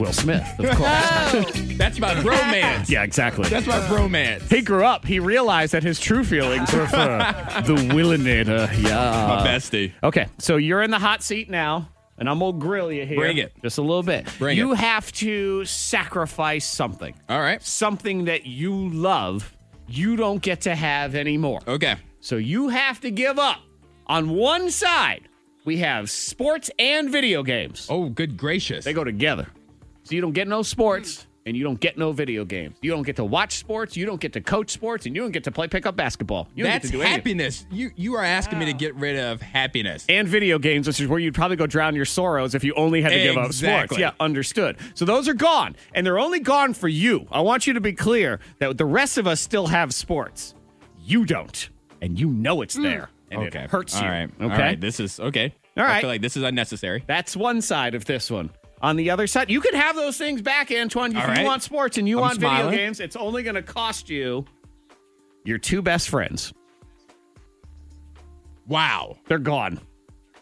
A: Will Smith, of course.
C: That's my bromance.
A: yeah, exactly.
C: That's my bromance.
A: he grew up. He realized that his true feelings were for the Willinator. Yeah.
C: my bestie.
A: Okay, so you're in the hot seat now, and I'm gonna grill you here.
C: Bring it.
A: just a little bit.
C: Bring
A: you
C: it.
A: have to sacrifice something,
C: All right.
A: something that you love. You don't get to have anymore.
C: Okay.
A: So you have to give up. On one side, we have sports and video games.
C: Oh, good gracious.
A: They go together. So you don't get no sports and you don't get no video games. You don't get to watch sports. You don't get to coach sports, and you don't get to play pickup basketball. You don't
C: That's
A: get to do anything.
C: happiness. You you are asking me to get rid of happiness.
A: and video games, which is where you'd probably go drown your sorrows if you only had to give up sports.
C: Exactly.
A: Yeah, understood. So those are gone, and they're only gone for you. I want you to be clear that the rest of us still have sports. You don't, and you know it's there, and it hurts you.
C: Hmm. All right.
A: Okay.
C: All right. This is okay.
A: All
C: I
A: right.
C: feel like this is unnecessary.
A: That's one side of this one. On the other side, you can have those things back, Antoine. If
C: All
A: you
C: right.
A: want sports and you
C: I'm
A: want video
C: smiling.
A: games, it's only going to cost you your two best friends.
C: Wow.
A: They're gone.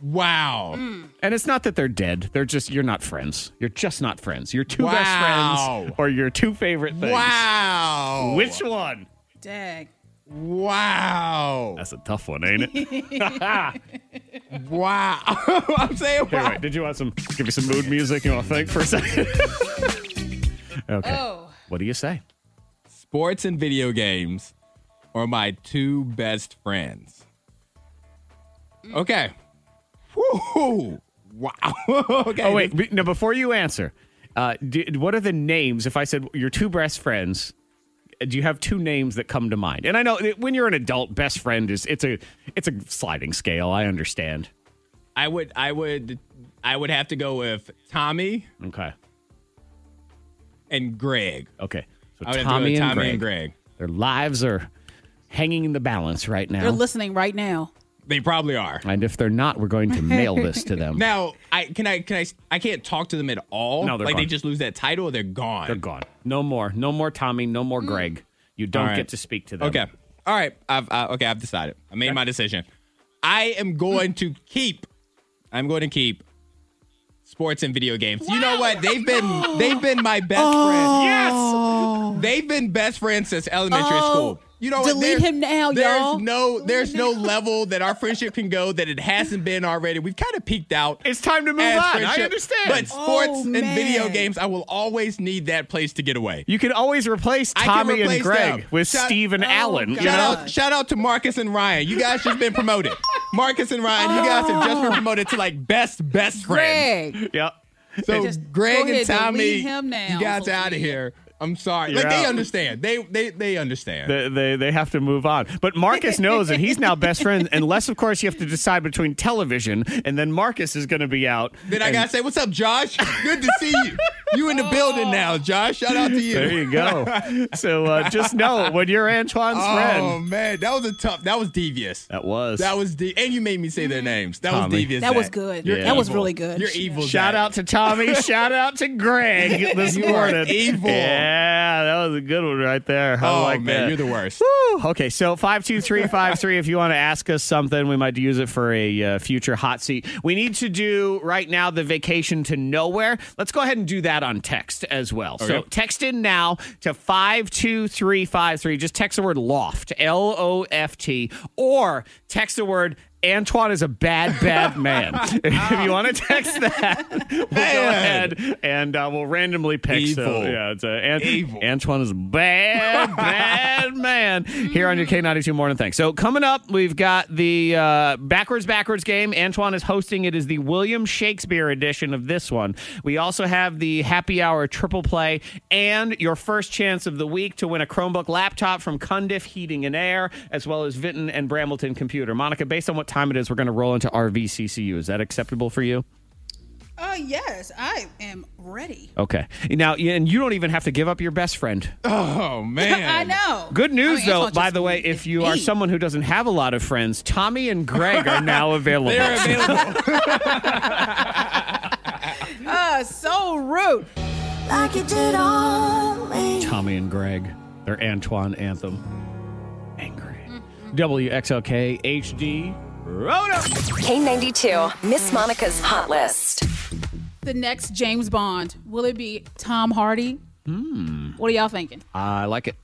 C: Wow.
A: And it's not that they're dead. They're just you're not friends. You're just not friends. Your two best
C: Wow.
A: friends or your two favorite things.
C: Wow.
A: Which one?
E: Dag.
C: Wow.
A: That's a tough one, ain't it?
C: Wow. I'm saying
A: Here,
C: wow.
A: wait. Did you want some? Give me some mood music. You want to think for a second? okay.
E: Oh.
A: What do you say?
C: Sports and video games are my two best friends.
A: Mm.
C: Okay. Woo. Wow. okay.
A: Oh wait. be- No, before you answer, uh, do, what are the names? If I said your two best friends, do you have two names that come to mind? And I know that when you're an adult, best friend is it's a it's a sliding scale. I understand.
C: I would I would I would have to go with Tommy
A: Okay.
C: and Greg.
A: Okay. So
C: I would
A: Tommy,
C: have to go
A: and,
C: with Tommy
A: Greg.
C: and Greg.
A: Their lives are hanging in the balance right now.
E: They're listening right now.
C: They probably are.
A: and if they're not, we're going to mail this to them.
C: Now, I can I can I I can't talk to them at all.
A: No, they're
C: like they
A: gone.
C: just lose that title or they're gone.
A: they're gone. No more. No more Tommy. No
C: Mm.
A: more Greg. You don't
C: All right.
A: get to speak to them.
C: Okay. All right. I've uh, okay, I've decided. I made my decision. I am going to keep I'm going to keep sports and video games. You know what? They've been they've been my best friends. Yes. They've been best friends since elementary
E: Oh.
C: school. You know what?
E: Delete
C: There's-
E: him now,
C: there's
E: y'all.
C: no there's no level that our friendship can go that it hasn't been already. We've kind of peaked out.
A: It's time to move
C: as
A: on. I
C: friendship.
A: understand.
C: But sports
E: Oh,
C: and video
E: man.
C: games, I will always need that place to get away.
A: you can always replace
C: I can
A: Tommy and
C: replace
A: Greg
C: them.
A: with
C: Shout-
A: Steve and
E: Oh,
A: Alan. You
E: God.
A: know?
C: Shout out, shout out to Marcus and Ryan. You guys just been promoted. Marcus and Ryan, you guys have just been promoted to like best best friends.
E: Oh. Greg.
A: Yep.
C: So
E: Just
C: Greg
E: go
C: and
E: ahead,
C: Tommy,
E: delete him now.
C: you guys
E: Social
C: out of
E: media.
C: here. I'm sorry.
A: You're
C: like they
A: out.
C: understand. They they they understand.
A: They, they, they have to move on. But Marcus knows that he's now best friend, unless, of course, you have to decide between television and then Marcus is going to be out.
C: then I
A: and-
C: gotta say, what's up, Josh? Good to see you. You in the building
E: Oh.
C: now, Josh. Shout out to you.
A: There you go. so uh, just know when you're Antoine's
C: Oh
A: friend.
C: man, that was a tough. That was devious.
A: That was.
C: That was de- and you made me say their names. That was
A: Tommy.
C: devious.
E: Mm-hmm. That was
C: Zach.
E: good.
C: You're
E: That was
C: evil.
E: really good.
C: You're evil.
A: Shout
C: Zach.
A: out to Tommy. shout out to Greg this
C: You are
A: morning.
C: evil.
A: Yeah, that was a good one right there. I
C: Oh
A: like
C: man,
A: that.
C: you're the worst.
A: Woo. Okay, so 52353, if you want to ask us something, we might use it for a uh, future hot seat. We need to do right now the vacation to nowhere. Let's go ahead and do that on text as well. So
C: Okay.
A: text in now to 52353. Just text the word loft, L O F T, or text the word Antoine is a bad, bad man. if you want to text that, we'll go ahead and uh, we'll randomly pick. So,
C: Evil.
A: yeah, it's, uh, An-
C: Evil.
A: Antoine is a bad, bad man here on your K92 Morning Thing. So coming up, we've got the uh, backwards, backwards game. Antoine is hosting it. Is the William Shakespeare edition of this one. We also have the happy hour triple play and your first chance of the week to win a Chromebook laptop from Cundiff Heating and Air, as well as Vinton and Brambleton Computer. Monica, based on what time it is, we're going to roll into RVCCU. Is that acceptable for you?
E: Oh, yes, I am ready.
A: Okay. Now, and you don't even have to give up your best friend.
C: Oh man.
E: I know.
C: Oh,
A: Good news,
E: I mean,
A: though,
E: Antoine
A: by
E: just
A: the way, if you are
E: beat.
A: someone who doesn't have a lot of friends, Tommy and Greg are now available.
C: They're available.
E: Uh, so rude.
A: Tommy and Greg, their Antoine anthem. Angry. WXLK HD. Road up.
B: K92, Miss Monica's Hot List.
E: The next James Bond, will it be Tom Hardy? What are y'all thinking?
A: Hmm. I like it.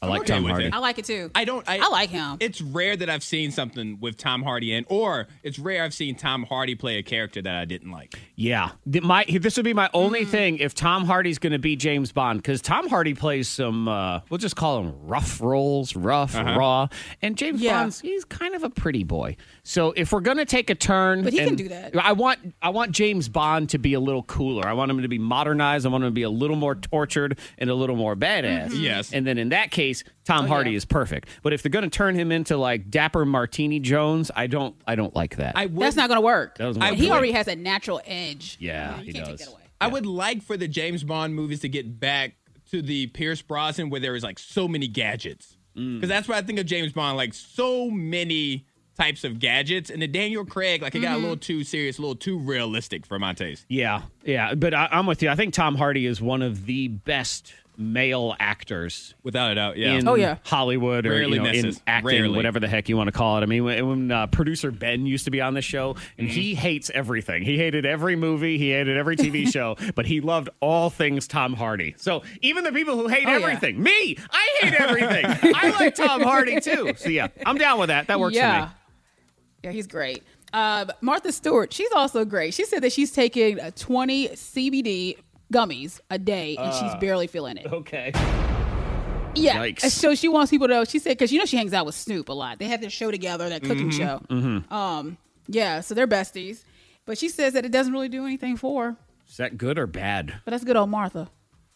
A: I like
C: okay
A: Tom
C: with
A: Hardy.
C: it.
E: I like it too.
C: I don't. I,
E: I like him.
C: It's rare that I've seen something with Tom Hardy in, or it's rare I've seen Tom Hardy play a character that I didn't like.
A: Yeah. Th- My, this would be my
E: Mm.
A: only thing if Tom Hardy's going to be James Bond because Tom Hardy plays some, uh, we'll just call him rough roles, rough, raw. And James
E: Uh-huh. Yeah.
A: Bond's, he's kind of a pretty boy. So if we're going to take a turn.
E: But he can
A: and-
E: do that.
A: I want, I want James Bond to be a little cooler. I want him to be modernized. I want him to be a little more tortured and a little more badass.
E: Mm-hmm.
C: Yes.
A: And then in that case,
E: Oh,
A: Tom Hardy is perfect. But if they're going to turn him into like Dapper Martini Jones, I don't, I don't like that.
C: I would.
E: That's not going to work.
A: That was my
E: And he
A: point.
E: already has a natural edge.
A: yeah,
E: You know,
A: he
E: you can't
A: does.
E: take that away.
C: I would like for the James Bond movies to get back to the Pierce Brosnan where there was like so many gadgets. Because that's what I think of James Bond, like so many types of gadgets. And the Daniel Craig, like it
E: Mm-hmm.
C: got a little too serious, a little too realistic for my taste.
A: Yeah, yeah, but I, I'm with you. I think Tom Hardy is one of the best male actors
C: Without a doubt, yeah.
A: in
E: Oh, yeah.
A: Hollywood or
C: Rarely
A: you know, in
C: misses.
A: acting,
C: Rarely.
A: whatever the heck you want to call it. I mean, when, when uh, producer Ben used to be on the show, and he hates everything. He hated every movie, he hated every TV show, but he loved all things Tom Hardy. So even the people who hate
E: yeah.
A: everything, me, I hate everything. I like Tom Hardy too. So yeah, I'm down with that. That works for
E: yeah.
A: me.
E: Yeah, he's great. Uh, Martha Stewart, she's also great. She said that she's taking uh, 20 CBD gummies a day and she's barely feeling it.
A: Uh, Okay.
E: Yeah.
A: Yikes.
E: And So she wants people to know. She said because you know she hangs out with Snoop a lot. They have their show together, that cooking
A: Mm-hmm.
E: show. Um, yeah. So they're besties. But she says that it doesn't really do anything for. her.
A: Is that good or bad?
E: But that's good old Martha.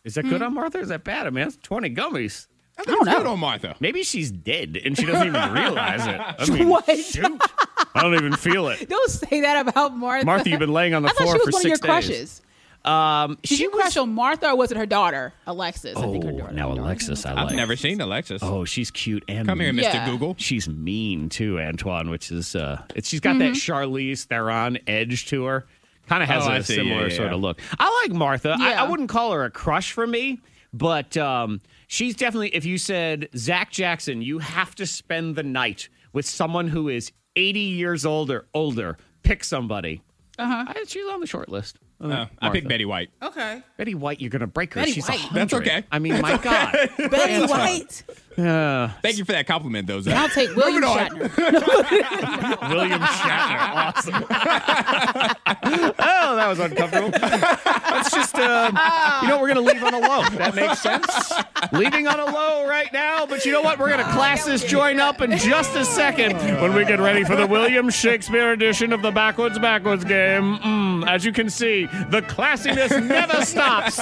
A: Is that good on Martha? Or is that bad? I mean, that's 20 gummies.
C: I
E: I don't
C: it's
E: know.
C: good on Martha.
A: Maybe she's dead and she doesn't even realize it. I mean,
E: What?
A: shoot. I don't even feel it.
E: Don't say that about Martha.
A: Martha, you've been laying on the
E: I thought
A: floor
E: she was
A: for
E: one
A: six
E: of your
A: days.
E: crushes.
A: Um,
E: Did you crush on Martha or was it her daughter, Alexis? I think her daughter.
A: Oh, now Alexis, I
C: I've
A: like.
C: never seen Alexis.
A: Oh, she's cute and
C: Come here, Mr.
E: Yeah.
C: Google.
A: She's mean too, Antoine, which is uh, it's, she's got that Charlize Theron edge to her. Kind of has
C: Mm-hmm. Oh, I
A: a
C: see.
A: similar
C: Yeah, yeah,
A: sort of
C: yeah.
A: look. I like Martha.
E: Yeah.
A: I, I wouldn't call her a crush for me, but um, she's definitely. If you said Zach Jackson, you have to spend the night with someone who is 80 years old or older. Pick somebody. Uh
C: Uh-huh.
A: huh. She's on the short list.
C: Uh, I picked Betty White.
E: Okay.
A: Betty White. You're gonna break her.
E: Betty
A: she's
E: White.
A: 100.
C: That's okay.
A: I mean, my God.
E: Betty White.
C: Thank you for that compliment, though,
E: I'll
C: Zach.
E: take William Shatner.
A: William Shatner. Awesome. oh, that was uncomfortable. That's just, uh, you know, we're going to leave on a low. That makes sense. Oh. Leaving on a low right now, but you know what? We're going to classes join up in just a second when we get ready for the William Shakespeare edition of the Backwards Backwards game. Mm, as you can see, the classiness never stops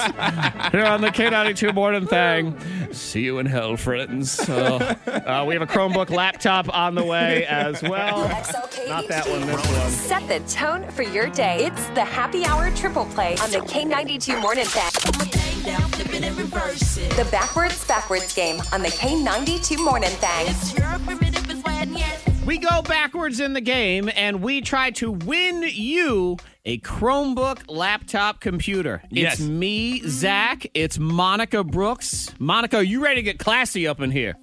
A: here on the K92 Morning Thing. See you in hell, friends. Oh. Uh, we have a Chromebook laptop on the way as well.
B: XLK
A: Not that one, this one.
B: Set the tone for your day. It's the happy hour triple play on the K92 Morning Thing. The backwards, backwards game on the K92 Morning Thing.
A: We go backwards in the game and we try to win you a Chromebook laptop computer.
C: Yes.
A: It's me, Zach. It's Monica Brooks. Monica, you ready to get classy up in here?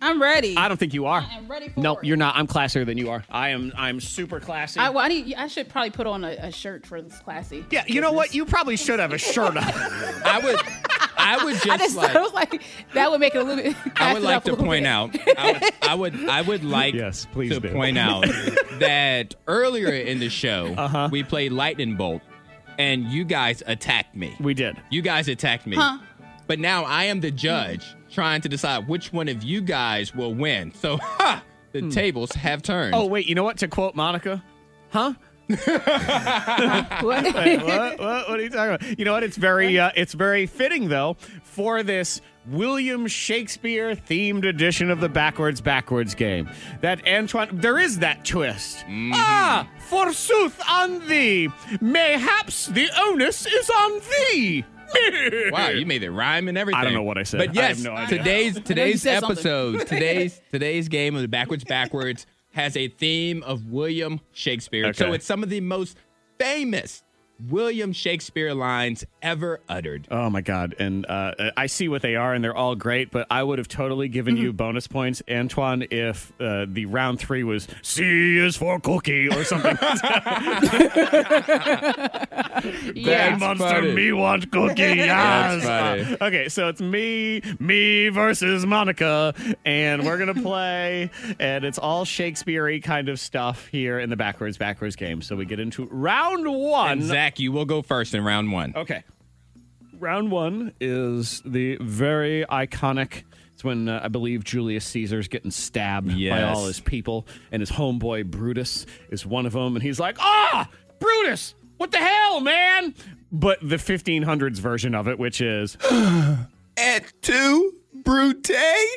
E: I'm ready.
A: I don't think you are.
E: I am ready for
A: No,
E: it.
A: you're not. I'm classier than you are. I am. I'm super classy.
E: I, well, I, need, I should probably put on a, a shirt for this classy.
A: yeah, you know what? You probably should have a shirt on.
C: I would. I would just,
E: I just
C: like.
E: thought it was like that would make it a little bit.
C: I
E: it
C: would
E: up
C: like to
E: a little
C: point
E: bit.
C: out. I would, I would. I would like
A: Yes, please
C: to
A: do.
C: point out that earlier in the show we played lightning bolt, and you guys attacked me.
A: We did.
C: You guys attacked me. But now I am the judge trying to decide which one of you guys will win. So, ha! The tables have turned.
A: Oh, wait, you know what? To quote Monica,
E: What?
A: what, what, what are you talking about? You know what? It's very uh, it's very fitting though for this William Shakespeare themed edition of the backwards backwards game. That Antoine, there is that twist.
C: Mm-hmm.
A: Ah, forsooth on thee, mayhaps the onus is on thee.
C: Wow, you made it rhyme and everything.
A: I don't know what I said.
C: But
A: I have
C: yes,
A: no idea.
C: today's today's
E: said something.
C: episode, today's today's game of the backwards backwards has a theme of William Shakespeare. So
A: Okay.
C: it's some of the most famous William Shakespeare lines ever uttered.
A: Oh my god! And uh, I see what they are, and they're all great. But I would have totally given
C: Mm-hmm.
A: you bonus points, Antoine, if uh, the round three was "C is for cookie" or something.
E: yeah.
G: Monster,
C: funny.
G: me want cookie.
C: That's
G: Yes.
C: funny.
A: okay, so it's me, me versus Monica, and we're gonna play, and it's all Shakespeare-y kind of stuff here in the backwards backwards game. So we get into round one.
C: And Zach, you will go first in round one.
A: Okay. Round one is the very iconic. It's when uh, I believe Julius Caesar's getting stabbed by
C: Yes.
A: all his people, and his homeboy Brutus is one of them, and he's like, "Ah, Brutus, what the hell, man!" But the 1500s version of it, which is,
C: At two, Brute.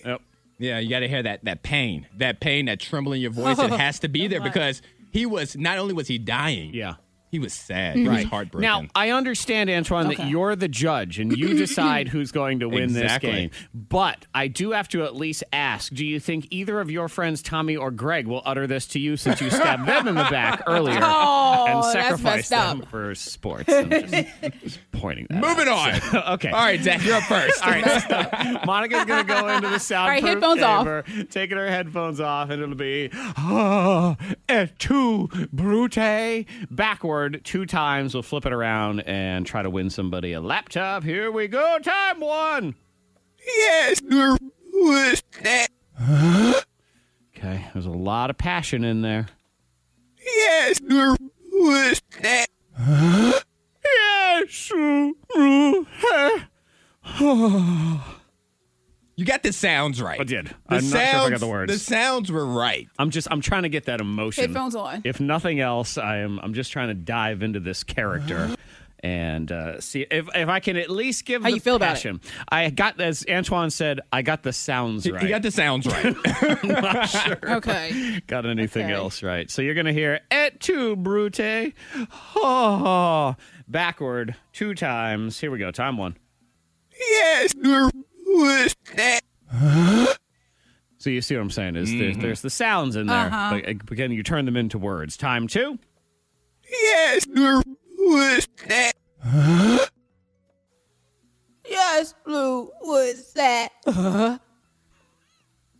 A: Yep.
C: Yeah, you got to hear that that pain, that pain, that tremble in your voice. it has to be there because he was not only was he dying,
A: yeah.
C: he was sad, he was heartbroken.
A: Now, I understand, Antoine, that
E: Okay.
A: you're the judge and you decide who's going to win
C: Exactly.
A: this game. But I do have to at least ask do you think either of your friends, Tommy or Greg, will utter this to you since you stabbed them in the back earlier
E: Oh,
A: and
E: that's
A: sacrificed
E: messed
A: them
E: up.
A: for sports? I'm just, just pointing that
C: Moving
A: out.
C: on.
A: So, okay.
C: All right, Zach, you're up first.
A: All right. Monica's going to go into the soundproof
E: headphones off.
A: chamber, taking her headphones off, and it'll be oh, et tu, brute, backward two times. We'll flip it around and try to win somebody a laptop. Here we go. Time one.
C: Yes. Yes.
A: Okay. There's a lot of passion in there. Yes, brute.
C: You got the sounds right.
A: I did.
C: The
A: I'm not sure if I got the words.
C: The sounds were right.
A: I'm just I'm trying to get that emotion.
E: Headphones on.
A: If nothing else, I am I'm just trying to dive into this character and uh, see if if I can at least give
E: How
A: the
E: you feel about it?
A: passion. I got as Antoine said, I got the sounds
C: You
A: right.
C: got the sounds right.
E: Okay.
A: Got anything
E: Okay.
A: else right. So you're going to hear et tu, Brute. Oh, backward two times. Here we go. Time one.
C: yes.
A: So you see what I'm saying is
E: Mm-hmm.
A: there's, there's the sounds in there.
E: Uh-huh.
A: But again, you turn them into words. Time two.
C: Yes.
E: yes, Blue. What's that?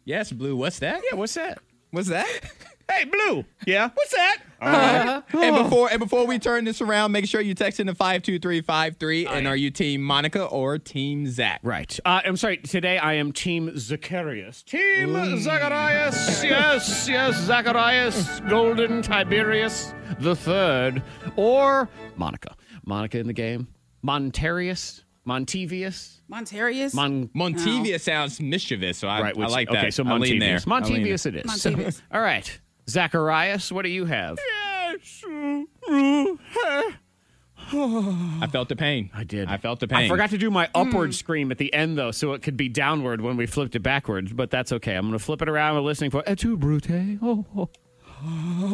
C: Yes, Blue, what's that?
A: Yeah, what's that?
C: What's that?
E: Uh-huh.
A: Hey, Blue. Yeah, what's that?
C: and before and before we turn this around, make sure you text in the 52353 and are you team Monica or team Zach?
A: Right. Uh, I'm sorry. Today I am Team Zacharias. Team Zacharias. Yes, yes, Zacharias. Golden Tiberius the Third, or Monica. Monica in the game. Montarius. Montevious.
E: Montarius.
A: Mon.
C: Montivia sounds mischievous, so I,
A: right.
C: I
A: which-
C: like that.
A: Okay. So
C: I lean there.
A: Montevious.
C: I lean
A: Montevious. It is. So-
E: Montevious.
A: all right. Zacharias. What do you have?
C: there. I felt the pain.
A: I did.
C: I felt the pain.
A: I forgot to do my
E: Hmm.
A: upward scream at the end, though, so it could be downward when we flipped it backwards, but that's okay. I'm going to flip it around. We're listening for Et tu, Brute? Oh, oh.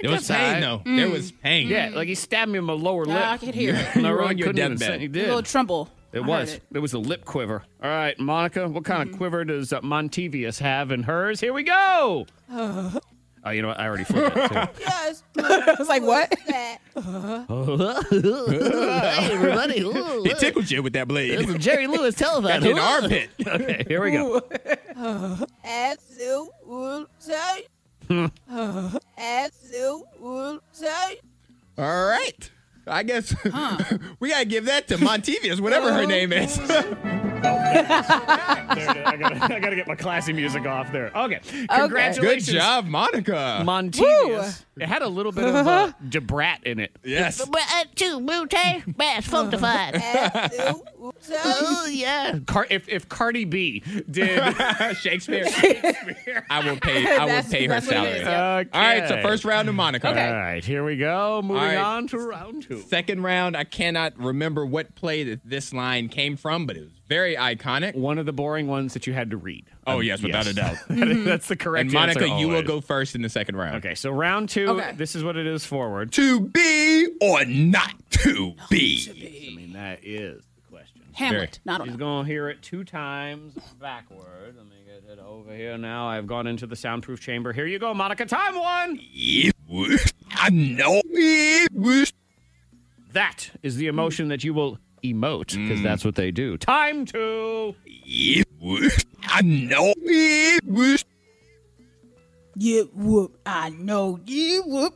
C: There was
A: That's
C: pain,
A: all
C: though. There was
E: Mm.
C: pain.
A: Yeah, like he stabbed me in my lower lip.
E: I could hear it.
A: And I
C: You were
A: really
C: on your
A: couldn't even
C: deathbed.
A: say- He
E: A little
A: did.
E: tremble. I
A: It
E: heard
A: was.
E: it. Mm-hmm.
A: It was a lip quiver. All right, Monica, what kind of quiver does uh, Montevious have in hers? Here we go. oh, you know what? I already flipped it. too.
E: Yes. I was like, what?
H: Hey, everybody. Ooh,
C: He tickled you with that blade.
H: ooh, Jerry Lewis
C: That's
H: telephone.
C: an armpit.
A: Okay, here we go.
C: All right. I guess we gotta give that to Montevious, whatever her name is.
A: There it is. I gotta, I gotta get my classy music off there. Okay.
C: Good
A: Congratulations.
C: job, Monica.
A: Montevious. It had a little bit of uh, Jabrat in it.
C: yes.
G: uh,
H: two, Mute, Bass, Funkified. Oh, yeah.
A: Car- if, if Cardi B did.
C: Shakespeare. I will pay. I will
E: That's-
C: pay her
E: that's what
C: salary.
E: it is,
C: All
E: yeah.
C: right. So first round to Monica.
E: Okay.
A: All right, here we go. Moving
C: All right.
A: on to round two.
C: Second round. I cannot remember what play that this line came from, but it was very iconic.
A: One of the boring ones that you had to read.
C: Oh, yes, without a doubt.
A: That's the correct
C: And Monica,
A: answer
C: you will
A: always.
C: go first in the second round.
A: Okay, so round two.
E: Okay.
A: This is what it is forward.
C: To be or not to be.
A: I mean, that is the question.
E: Hamlet. Not
A: He's
E: on.
A: going to hear it two times backward. Let me get it over here now. I've gone into the soundproof chamber. Here you go, Monica. Time one.
C: It was- I know it was-
A: That is the emotion that you will emote because
C: Mm.
A: that's what they do. Time two.
C: it was- I know it was-
E: Yeah, whoop. I know you whoop.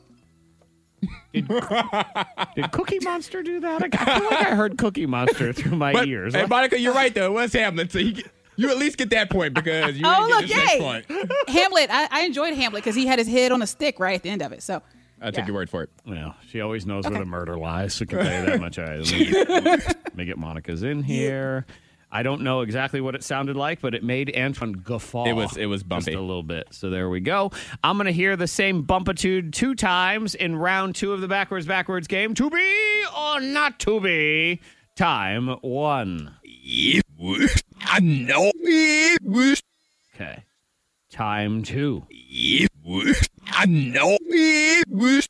A: Did Cookie Monster do that? I feel like I heard Cookie Monster through my
C: But,
A: ears.
C: hey, Monica, you're right though. It was Hamlet, so you, get- you at least get that point because you
E: Oh,
C: didn't get
E: look,
C: this
E: yay.
C: next point.
E: Hamlet. I, I enjoyed Hamlet because he had his head on a stick right at the end of it. So
C: I take your word for it.
A: Well, she always knows where the murder lies. So can tell you that much. All right, let, me, let me get Monica's in here. I don't know exactly what it sounded like, but it made Antoine guffaw.
C: It was- it was bumpy.
A: just a little bit. So there we go. I'm gonna hear the same bumpitude two times in round two of the backwards backwards game. To be or not to be. Time one.
C: It was- I know it was-
A: Okay. Time two.
C: it was- I know it was-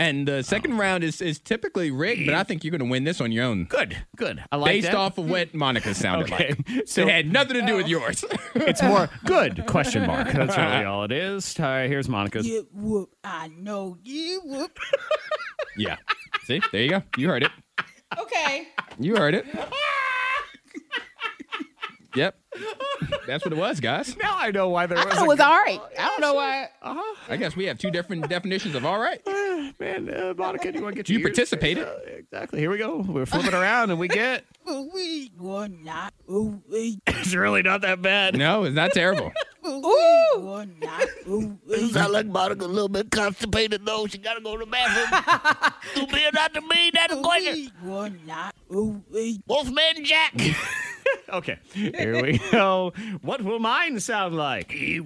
C: And the second round is, is typically rigged, but I think you're going to win this on your own.
A: Good. Good. I like
C: Based
A: that.
C: off of what Monica sounded
A: Okay.
C: like.
A: So-
C: it had nothing to do with yours.
A: It's more good question mark. That's really all it is. All right, here's Monica's.
E: yeah, whoop. I know you whoop.
C: yeah. See, there you go. You heard it.
E: Okay.
C: You heard it. yep. That's what it was, guys.
A: Now I know why there
E: I thought it was all right. I don't know why.
A: Oh,
C: I guess we have two different definitions of all right.
A: Man, uh, Monica, do you want to get
C: You
A: your ears-
C: participated.
A: Uh, exactly. Here we go. We're flipping around and we get.
E: We were not. Ooh, we
A: It's really not that bad.
C: No, it's not terrible.
E: were not. Ooh, we-
H: Sound like Monica a little bit constipated, though. She got to go to the bathroom. to be or not to be, that's a question.
E: we were not. Ooh, we-
H: Wolfman Jack.
A: Okay. Here we go. What will mine sound like? Okay.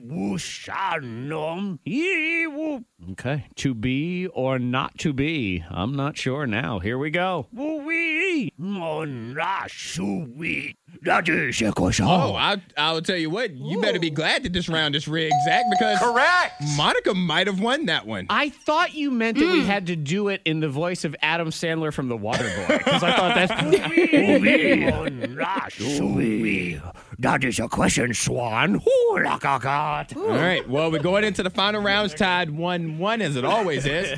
A: To be or not to be. I'm not sure now. Here we go.
C: Oh, I, I'll tell you what. You better be glad that this round is rigged, Zach, because
D: Correct.
C: Monica might have won that one.
A: I thought you meant that we had to do it in the voice of Adam Sandler from The Waterboy because I thought that's. that is a question, Swan. Oh
C: All right. Well, we're going into the final rounds tied 1 1, as it always is.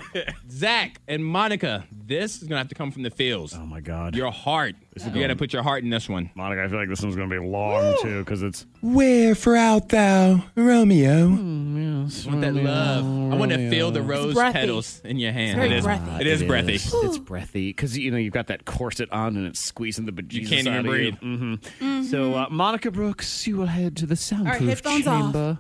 C: Zach and Monica, this is going to have to come from the fields.
A: Oh my God,
C: Your heart. You got to put your heart in this one.
A: Monica! I feel like this one's gonna be long too because it's
C: Wherefore out thou, Romeo? I want that love. I want to feel the rose
E: breathy.
C: petals in your hand.
E: very
C: it is
E: breathy.
C: It is breathy.
A: It's, breathy because you know you've got that corset on and it's squeezing the bejesus
C: can't even
A: out of
C: breathe.
A: Mhm.
C: Mm-hmm.
A: So uh, Monica Brooks, you will head to the soundproof
E: headphones off.
A: chamber.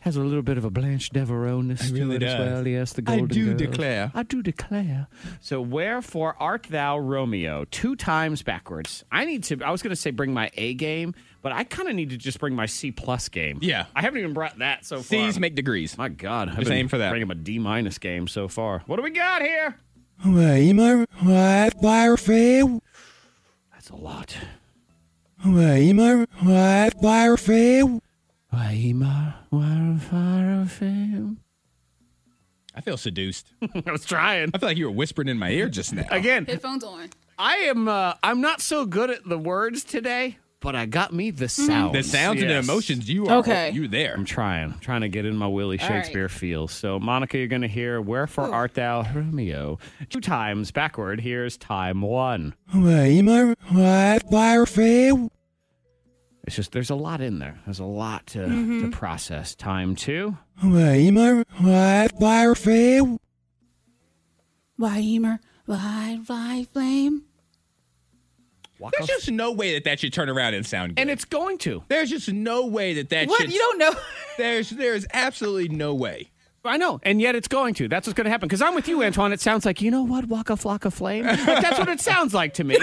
A: Has a little bit of a Blanche Devereaux-ness to
C: really
A: it as
C: does.
A: well. Yes, the
C: I
A: Golden
C: do
A: Girls.
C: declare.
A: I do declare. So wherefore art thou Romeo? Two times backwards. I need to. I was going to say bring my A game, but I kind of need to just bring my C plus game.
C: Yeah.
A: I haven't even brought that so far.
C: C's make degrees.
A: My God, I've
C: Just
A: been
C: aim for that.
A: Bringing a D minus game so far. What do we got here? That's a lot. I
C: I feel seduced.
A: was trying
C: I feel like you were whispering in my ear just now.
A: again.
E: Headphones on.
A: I am. Uh, I'm not so good at the words today, but I got me the sound.
C: The sounds and the emotions, you are
E: Okay.
C: you there.
A: I'm trying, trying to get in my Willie
E: right.
A: Shakespeare feel. So, Monica, you're going to hear "Wherefore Art Thou, Romeo" two times backward. Here's time one. It's just there's a lot in there. There's a lot to, to process. Time to
E: Weimer, wide, wide flame.
A: walk
C: There's
A: off-
C: just no way that that should turn around and sound good.
A: and it's going to.
C: there's just no way that that
E: What?
C: should.
E: You don't know?
C: There's there's absolutely no way.
A: I know, and yet it's going to. That's what's going to happen. Because I'm with you, Antoine. It sounds like you know what, Waka Flocka Flame. Like, that's what it sounds like to me.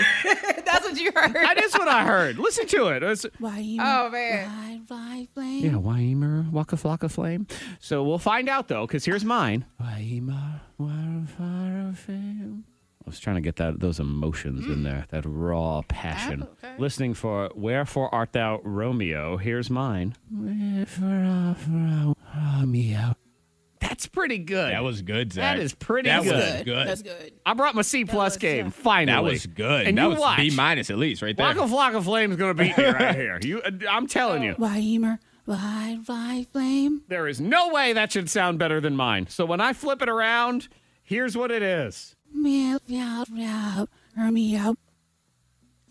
E: That's what you heard.
A: That is what I heard. Listen to it. It's-
E: Weimer,
J: Oh, man.
E: wide, wide flame.
A: yeah, Weimer Waka Flocka Flame. So we'll find out though, because here's mine. Weimer Waka Flocka Flame. I was trying to get that those emotions in there, that raw passion. Listening for "Wherefore Art Thou Romeo." Here's mine. Wherefore art thou Romeo. That's pretty good.
C: That was good, Zach.
A: That is pretty
C: That
A: good.
C: was good.
E: That's good.
A: I brought my C plus game finally.
C: That was good.
A: And
C: that
A: you
C: was
A: watch.
C: B minus at least right there.
A: Waka Flocka Flame's gonna beat me right here. You, uh, I'm telling you,
E: Weimer, wide, wide flame.
A: there is no way that should sound better than mine. So when I flip it around, here's what it is.
E: Meow, meow, meow, meow.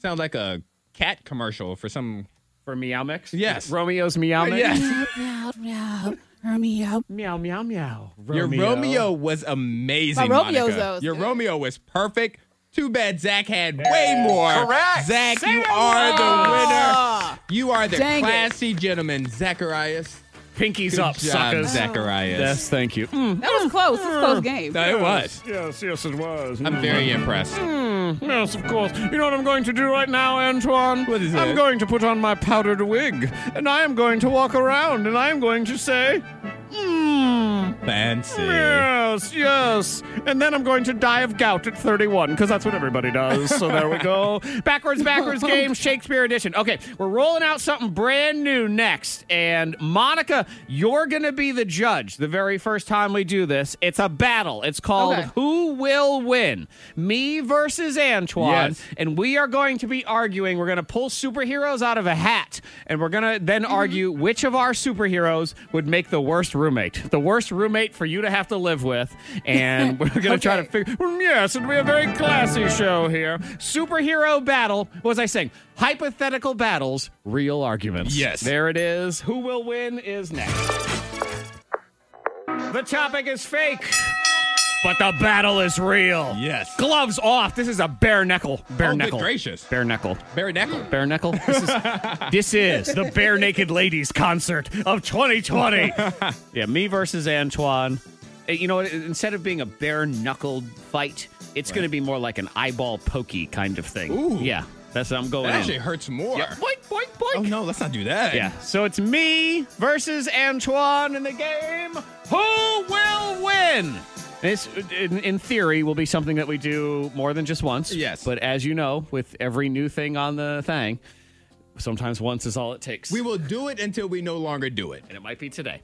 C: Sounds like a cat commercial for some.
A: For Meow Mix?
C: Yes.
A: Romeo's Meow Mix?
C: Yes.
E: meow, meow, meow.
A: Meow, meow, meow.
C: Your Romeo was amazing.
J: My Romeo's
C: Monica.
J: though was
C: Your
J: good.
C: Romeo was perfect. Too bad Zach had way more.
D: Correct.
C: Zach,
A: Say
C: you
A: it.
C: are the winner. You are the
J: Ah. Dang it.
C: classy gentleman, Zacharias.
A: Pinkies
C: Good
A: up,
C: job,
A: suckers.
C: Zacharias.
A: Yes, thank you. Mm.
J: That was close. It was a close game.
C: No, it was.
G: Yes, yes, it was.
C: I'm very impressed.
A: Mm. Yes, of course. You know what I'm going to do right now, Antoine?
C: What is
A: I'm
C: it?
A: going to put on my powdered wig, and I am going to walk around, and I am going to say, Mmm.
C: Fancy.
A: Yes, yes. And then I'm going to die of gout at 31 because that's what everybody does. So there we go. Backwards, backwards game, Shakespeare edition. Okay, we're rolling out something brand new next. And Monica, you're going to be the judge the very first time we do this. It's a battle. It's called
J: Okay.
A: Who Will Win? Me versus Antoine.
C: Yes.
A: And we are going to be arguing. We're going to pull superheroes out of a hat. And we're going to then
C: Mm-hmm.
A: argue which of our superheroes would make the worst roommate. The worst roommate for you to have to live with. And we're going to try to figure. Mm, Yes, it'll be a very classy show here. Superhero battle. What was I saying? Hypothetical battles, real arguments.
C: Yes.
A: There it is. Who will win is next. The topic is fake, but the battle is real.
C: Yes.
A: Gloves off. This is a bare knuckle. Bare
C: Oh, good
A: knuckle.
C: gracious.
A: Bare knuckle.
C: Barry Neckel.
A: Bare knuckle. This is, this is the Bare Naked Ladies concert of 2020. yeah, me versus Antoine. Uh, You know what? Instead of being a bare knuckled fight, it's going to be more like an eyeball pokey kind of thing.
C: Ooh.
A: Yeah, that's what I'm going
C: That
A: in.
C: actually hurts more.
A: Yeah, boink, boink, boink.
C: Oh no, let's not do that.
A: Yeah. So it's me versus Antoine in the game. Who will win? This, in, in theory, will be something that we do more than just once.
C: Yes.
A: But as you know, with every new thing on the thing, sometimes once is all it takes.
C: We will do it until we no longer do it.
A: and it might be today.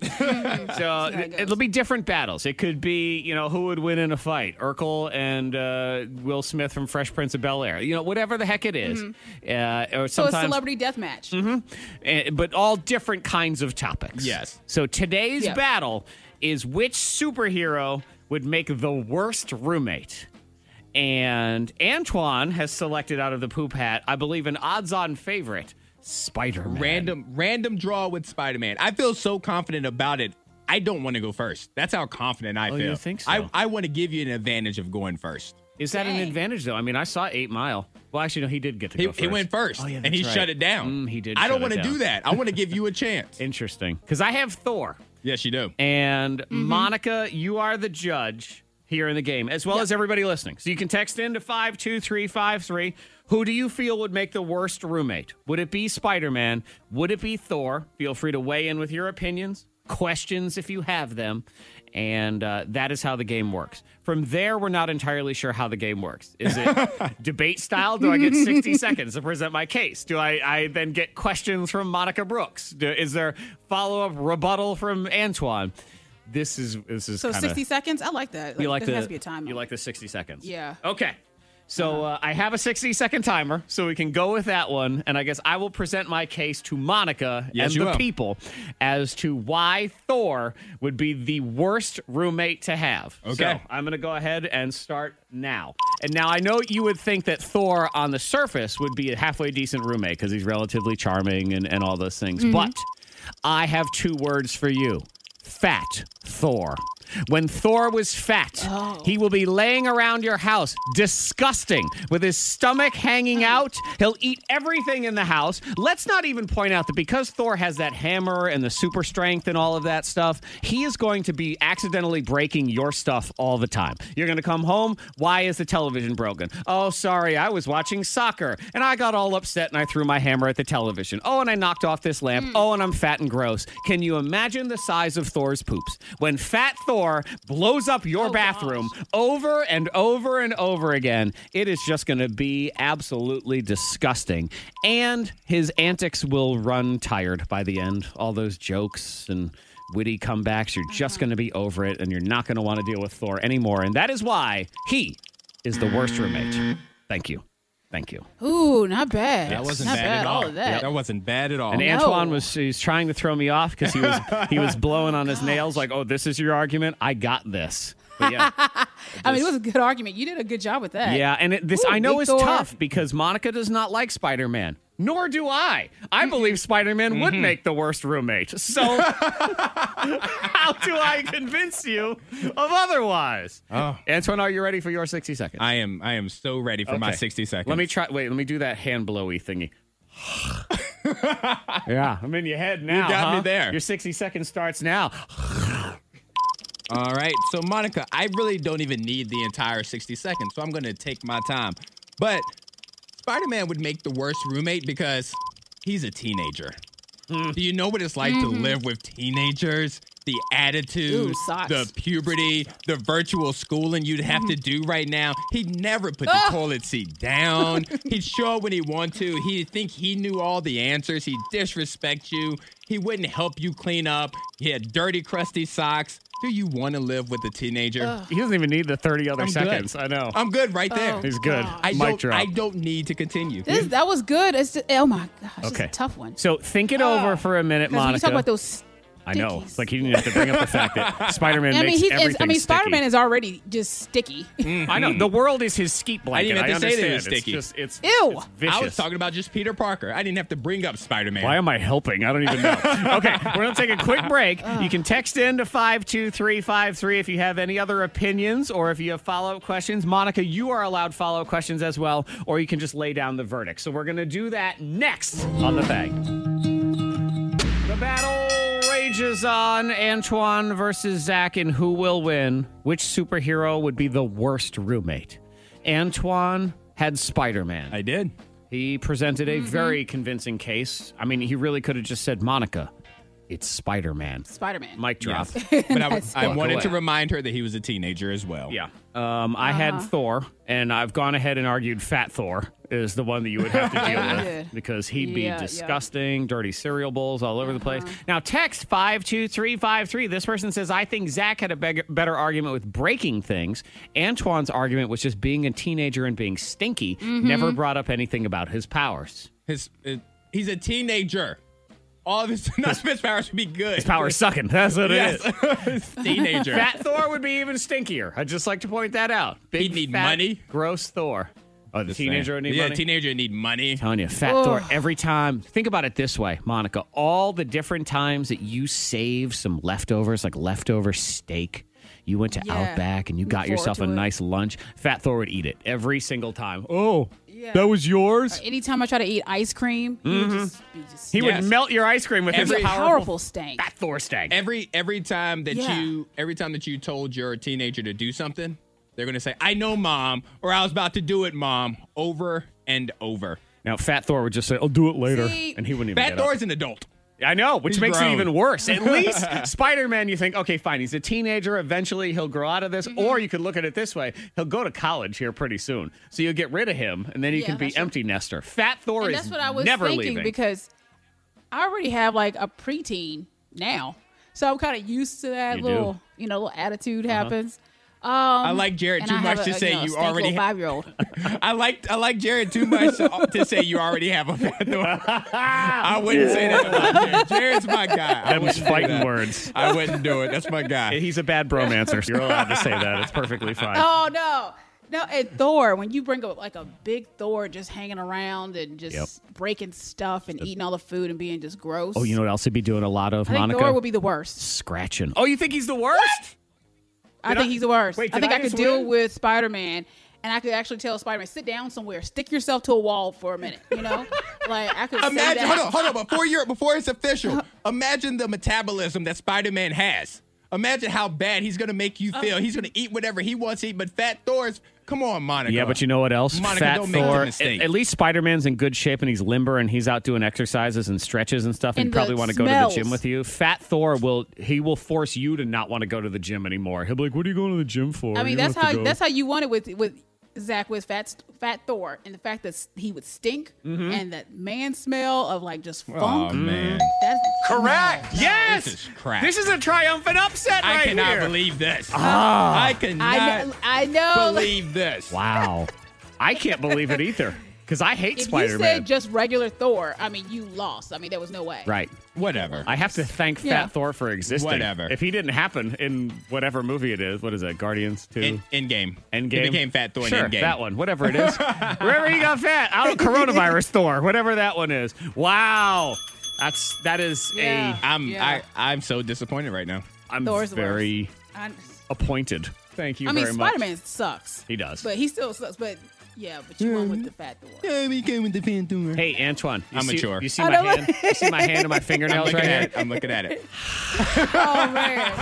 A: so it will be different battles. It could be, you know, who would win in a fight, Urkel and uh, Will Smith from Fresh Prince of Bel Air. You know, whatever the heck it is. Uh, or
E: Mm-hmm. So a
A: sometimes
E: celebrity death match.
A: eh, but all different kinds of topics.
C: Yes.
A: So today's
E: Yeah.
A: battle is which superhero would make the worst roommate. And Antoine has selected out of the poop hat, I believe, an odds on favorite, Spider Man.
C: Random random draw with Spider-Man. I feel so confident about it. I don't want to go first. That's how confident I
A: Oh,
C: feel.
A: you think so?
C: I, I want to give you an advantage of going first.
A: Is that an advantage, though? I mean, I saw Eight Mile. Well, actually, no, he did get to
C: He,
A: go first.
C: he went first,
A: Oh, yeah,
C: and he
A: that's right.
C: shut it down.
A: Mm, he did.
C: I don't
A: shut
C: want
A: it
C: to do
A: down.
C: that. I want to give you a chance.
A: Interesting. Because I have Thor.
C: yes, you do.
A: And Monica, you are the judge here in the game, as well as everybody listening. So you can text in to 52353. Who do you feel would make the worst roommate? Would it be Spider Man? Would it be Thor? Feel free to weigh in with your opinions, questions if you have them. And uh, that is how the game works. From there, we're not entirely sure how the game works. Is it debate style? Do I get 60 seconds to present my case? Do I, I then get questions from Monica Brooks? Do, is there follow up rebuttal from Antoine? This is this is
E: So
A: kinda,
E: 60 seconds. I like that.
A: You like
E: there
A: the
E: has to be a time.
A: You
E: limit.
A: like the 60 seconds.
E: Yeah. Uh-huh.
A: Okay. So uh, I have a 60 second timer, so we can go with that one. And I guess I will present my case to Monica
C: Yes,
A: and
C: you
A: the
C: will.
A: people as to why Thor would be the worst roommate to have.
C: Okay.
A: So I'm going to go ahead and start now. And now I know you would think that Thor on the surface would be a halfway decent roommate because he's relatively charming and, and all those things.
K: Mhm.
A: But I have two words for you fat Thor. When Thor was fat, he will be laying around your house, disgusting, with his stomach hanging out. He'll eat everything in the house. Let's not even point out that because Thor has that hammer and the super strength and all of that stuff, he is going to be accidentally breaking your stuff all the time. You're going to come home. Why is the television broken? Oh, sorry, I was watching soccer and I got all upset and I threw my hammer at the television. Oh, and I knocked off this lamp. Oh, and I'm fat and gross. Can you imagine the size of Thor's poops? When fat Thor blows up your bathroom over and over and over again, it is just going to be absolutely disgusting. And his antics will run tired by the end. All those jokes and witty comebacks, you're just going to be over it and you're not going to want to deal with Thor anymore. And that is why he is the worst roommate. Thank you. Thank you.
E: Ooh, not bad.
C: That wasn't
E: not
C: bad, at all.
E: of that.
C: That wasn't bad at all.
A: And Antoine was he was trying to throw me off because he was he was blowing on his nails like, "Oh, this is your argument. I got this." But yeah,
E: I mean, it was a good argument. You did a good job with that.
A: yeah, and it, this
E: Ooh,
A: I know
E: big
A: is
E: Thor.
A: tough because Monica does not like Spider Man. Nor do I. I believe Spider Man would make the worst roommate. So, how do I convince you of otherwise? Antoine, are you ready for your 60 seconds?
C: I am. I am so ready for my
A: Okay.
C: 60 seconds.
A: Let me try. Wait, let me do that hand blowy thingy. yeah, I'm in your head now.
C: got me
A: huh?
C: there.
A: Your 60 seconds starts now.
C: All right. So, Monica, I really don't even need the entire 60 seconds, so I'm going to take my time. But Spider Man would make the worst roommate because he's a teenager.
A: Hmm.
C: Do you know what it's like to
E: Mhm.
C: live with teenagers? The attitude,
E: Ooh, socks.
C: the puberty, the virtual schooling you'd have to do
E: Mm-hmm.
C: right now. He'd never put the
E: Ah.
C: toilet seat down. He'd show up when he wanted to. He'd think he knew all the answers. He'd disrespect you. He wouldn't help you clean up. He had dirty, crusty socks. Do you want to live with a teenager?
A: He doesn't even need the 30 other
C: I'm good.
A: seconds. I know.
C: I'm good right there.
A: Oh, He's good.
C: I
A: Mic
C: don't,
A: drop.
C: I don't need to continue.
E: This, that was good. It's just, oh my gosh, it's
A: Okay.
E: a tough one.
A: So think it over for a minute,
E: Oh. 'Cause when
A: Monica.
E: you talk about those.
A: I know. It's like he didn't have to bring up the fact that Spider Man
E: I mean,
A: makes
E: he's,
A: everything
E: is, I mean,
A: sticky. Mm.
E: Spider Man is already just sticky.
A: I know. The world is his skeet
C: I
A: blanket.
C: didn't have to say
A: understand.
C: that it was
A: It's
C: sticky.
A: just- it's
E: Ew.
A: vicious.
C: I was talking about just Peter Parker. I didn't have to bring up Spider Man.
A: Why am I helping? I don't even know. okay, we're going to take a quick break. You can text in to 52353 if you have any other opinions or if you have follow up questions. Monica, you are allowed follow up questions as well, or you can just lay down the verdict. So we're going to do that next on The Bang. The battle rages on Antoine versus Zach and who will win. Which superhero would be the worst roommate? Antoine had Spider Man. I
C: did.
A: He presented
C: Mm-hmm.
A: a very convincing case. I mean, he really could have just said, Monica, it's Spider Man.
E: Spider Man.
A: Mic drop.
C: But I,
A: That's
C: I
A: cool.
C: wanted to
A: Cool.
C: remind her that he was a teenager as well.
A: Yeah. Um, I had
C: Uh-huh.
A: Thor, and I've gone ahead and argued Fat Thor is the one that you would have to
C: Yeah,
A: deal
C: you
A: with
C: did.
A: because he'd be
C: Yeah, Uh-huh. yeah.
A: disgusting, dirty cereal bowls all over the place. Now, text 52353. This person says, I think Zach had a beg- better argument with breaking things. Antoine's argument was just being a teenager and being stinky, never
C: Mm-hmm.
A: brought up anything about his powers.
C: His, it- he's a teenager. All of his, not his powers would be good. His
A: powers sucking. That's what it
C: is. teenager.
A: Fat Thor would be even stinkier. I'd just like to point that out. Big,
C: He'd need
A: fat,
C: money.
A: Gross Thor. Oh, the teenager would need
C: yeah,
A: money?
C: teenager would need money.
A: telling you, Fat
C: Ugh.
A: Thor, every time. Think about it this way, Monica. All the different times that you save some leftovers, like leftover steak, you went to
K: Yeah.
A: Outback and you
K: Look
A: got
K: forward
A: yourself
K: to
A: a
K: it.
A: nice lunch. Fat Thor would eat it every single time. Oh, that was yours?
E: Anytime I try to eat ice cream, he would
A: Mhm.
E: just
A: He
C: Yes.
A: would melt your ice cream with
C: Every-
A: his
E: powerful,
A: powerful.
E: stank.
A: Fat Thor stank.
C: Every every time that
E: Yeah.
C: you every time that you told your teenager to do something, they're gonna say, "I know, mom," or "I was about to do it, mom," over and over.
A: Now, Fat Thor would just say, I'll do it later.
C: See?
A: and he wouldn't even
C: Fat
A: get up.
C: Thor's an adult.
A: I know, which
C: He's
A: makes
C: grown.
A: it even worse. At least Spider Man, you think, okay, fine, he's a teenager. Eventually he'll grow out of this. Or you could look at it this way he'll go to college here pretty soon. So you'll get rid of him, and then you
E: Yeah,
A: can be
E: that's right.
A: empty nester. Fat Thor
E: and
A: is
E: that's what I was
A: never
E: thinking
A: leaving.
E: because I already have like a preteen now, so I'm kind of used to that
A: You do. Uh-huh.
E: little, you know, little attitude happens. Um,
C: I like Jared
E: and
C: too
E: I
C: much
E: have
C: to
E: a,
C: say
E: you, know,
C: you
E: stank
C: already
E: little
C: ha-
E: five-year-old.
C: I like I like Jared too much to, to say you already have a fat one. I wouldn't say that about Jared. Jared's my guy. I
A: That was
C: wouldn't do
A: fighting
C: that.
A: words.
C: I wouldn't do it. That's my guy.
A: He's a bad bromancer. You're allowed to say that. It's perfectly fine.
E: Oh no. No, and Thor, when you bring up like a big Thor just hanging around and just
A: Yep.
E: breaking stuff and eating all the food and being just gross.
A: Oh, you know what else he'd be doing a lot of,
E: I think
A: Monica?
E: Thor would be the worst.
A: Scratching.
C: Oh, you think he's the worst?
E: I think he's the worst.
A: Wait,
E: I
A: did
E: think
A: I
E: I, could
A: just
E: deal
A: win?
E: with Spider Man, and I could actually tell Spider Man, sit down somewhere, stick yourself to a wall for a minute. You know, like I could say
C: Imagine.
E: that.
C: Hold on. Hold on. Before you're before it's official, imagine the metabolism that Spider-Man has. Imagine how bad he's gonna make you feel. He's gonna eat whatever he wants to eat. But Fat Thor's. Come on, Monica.
A: Yeah, but you know what else?
C: Monica,
A: Fat
C: don't make the
A: Thor.
C: mistake.
A: At, at least Spider Man's in good shape and he's limber and he's out doing exercises and stretches and stuff. And,
E: And
A: you probably
E: the
A: want to go to the gym
E: smells.
A: with you. Fat Thor will he will force you to not want to go to the gym anymore. He'll be like, "What are you going to the gym for?"
E: I mean,
A: Oh, You
E: that's
A: don't have
E: how
A: to go."
E: that's how you want it with with Zach with Fat Fat Thor, and the fact that s- he would stink
A: Mm-hmm.
E: and that man smell of like just
C: Oh
E: funk.
C: man,
E: That's
A: Correct. Yes.
C: this is crap.
A: This is a triumphant upset
C: I
A: right
C: cannot
A: here.
C: believe this. Ah. I cannot
E: I know, I know. like,
C: believe this.
A: wow, I can't believe it either because I hate
E: if
A: Spider
E: you said
A: Man.
E: just regular Thor, I mean, you lost. I mean, there was no way.
A: right.
C: Whatever.
A: I have to thank Fat
E: Yeah.
A: Thor for existing.
C: Whatever.
A: If he didn't happen in whatever movie it is, what is that? Guardians Two.
C: In, in game.
A: Endgame.
C: He became Fat Thor
A: Sure,
C: in Endgame.
A: that one, whatever it is. Wherever he got fat, out of coronavirus Thor, whatever that one is. Wow. That's that is
E: Yeah.
C: I'm
E: Yeah.
C: I I'm so disappointed right now.
A: a I'm
E: Thor's the
A: very
E: I,
A: appointed. Thank you
E: I mean,
A: very much.
E: Spider Man sucks.
A: He Hmm. does.
E: but he still sucks. But yeah, but you went with the Fat Thor.
C: we came with the Fat Thor.
A: Hey Antoine, you
C: I'm
A: see,
C: mature.
A: You see
E: I
A: my
E: don't-
A: hand? You see my hand and my
C: I'm
A: fingernails
C: looking
A: right
C: at
A: here?
C: it. I'm looking at it.
E: Oh man.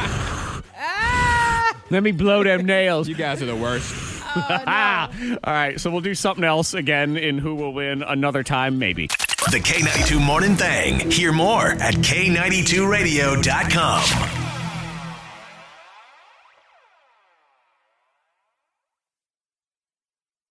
E: ah!
A: Let me blow them nails.
C: You guys are the worst.
E: Oh,
A: Ah. All right, so we'll do something else again in who will win another time, maybe.
I: The K92 Morning Thing. Hear more at K92Radio.com.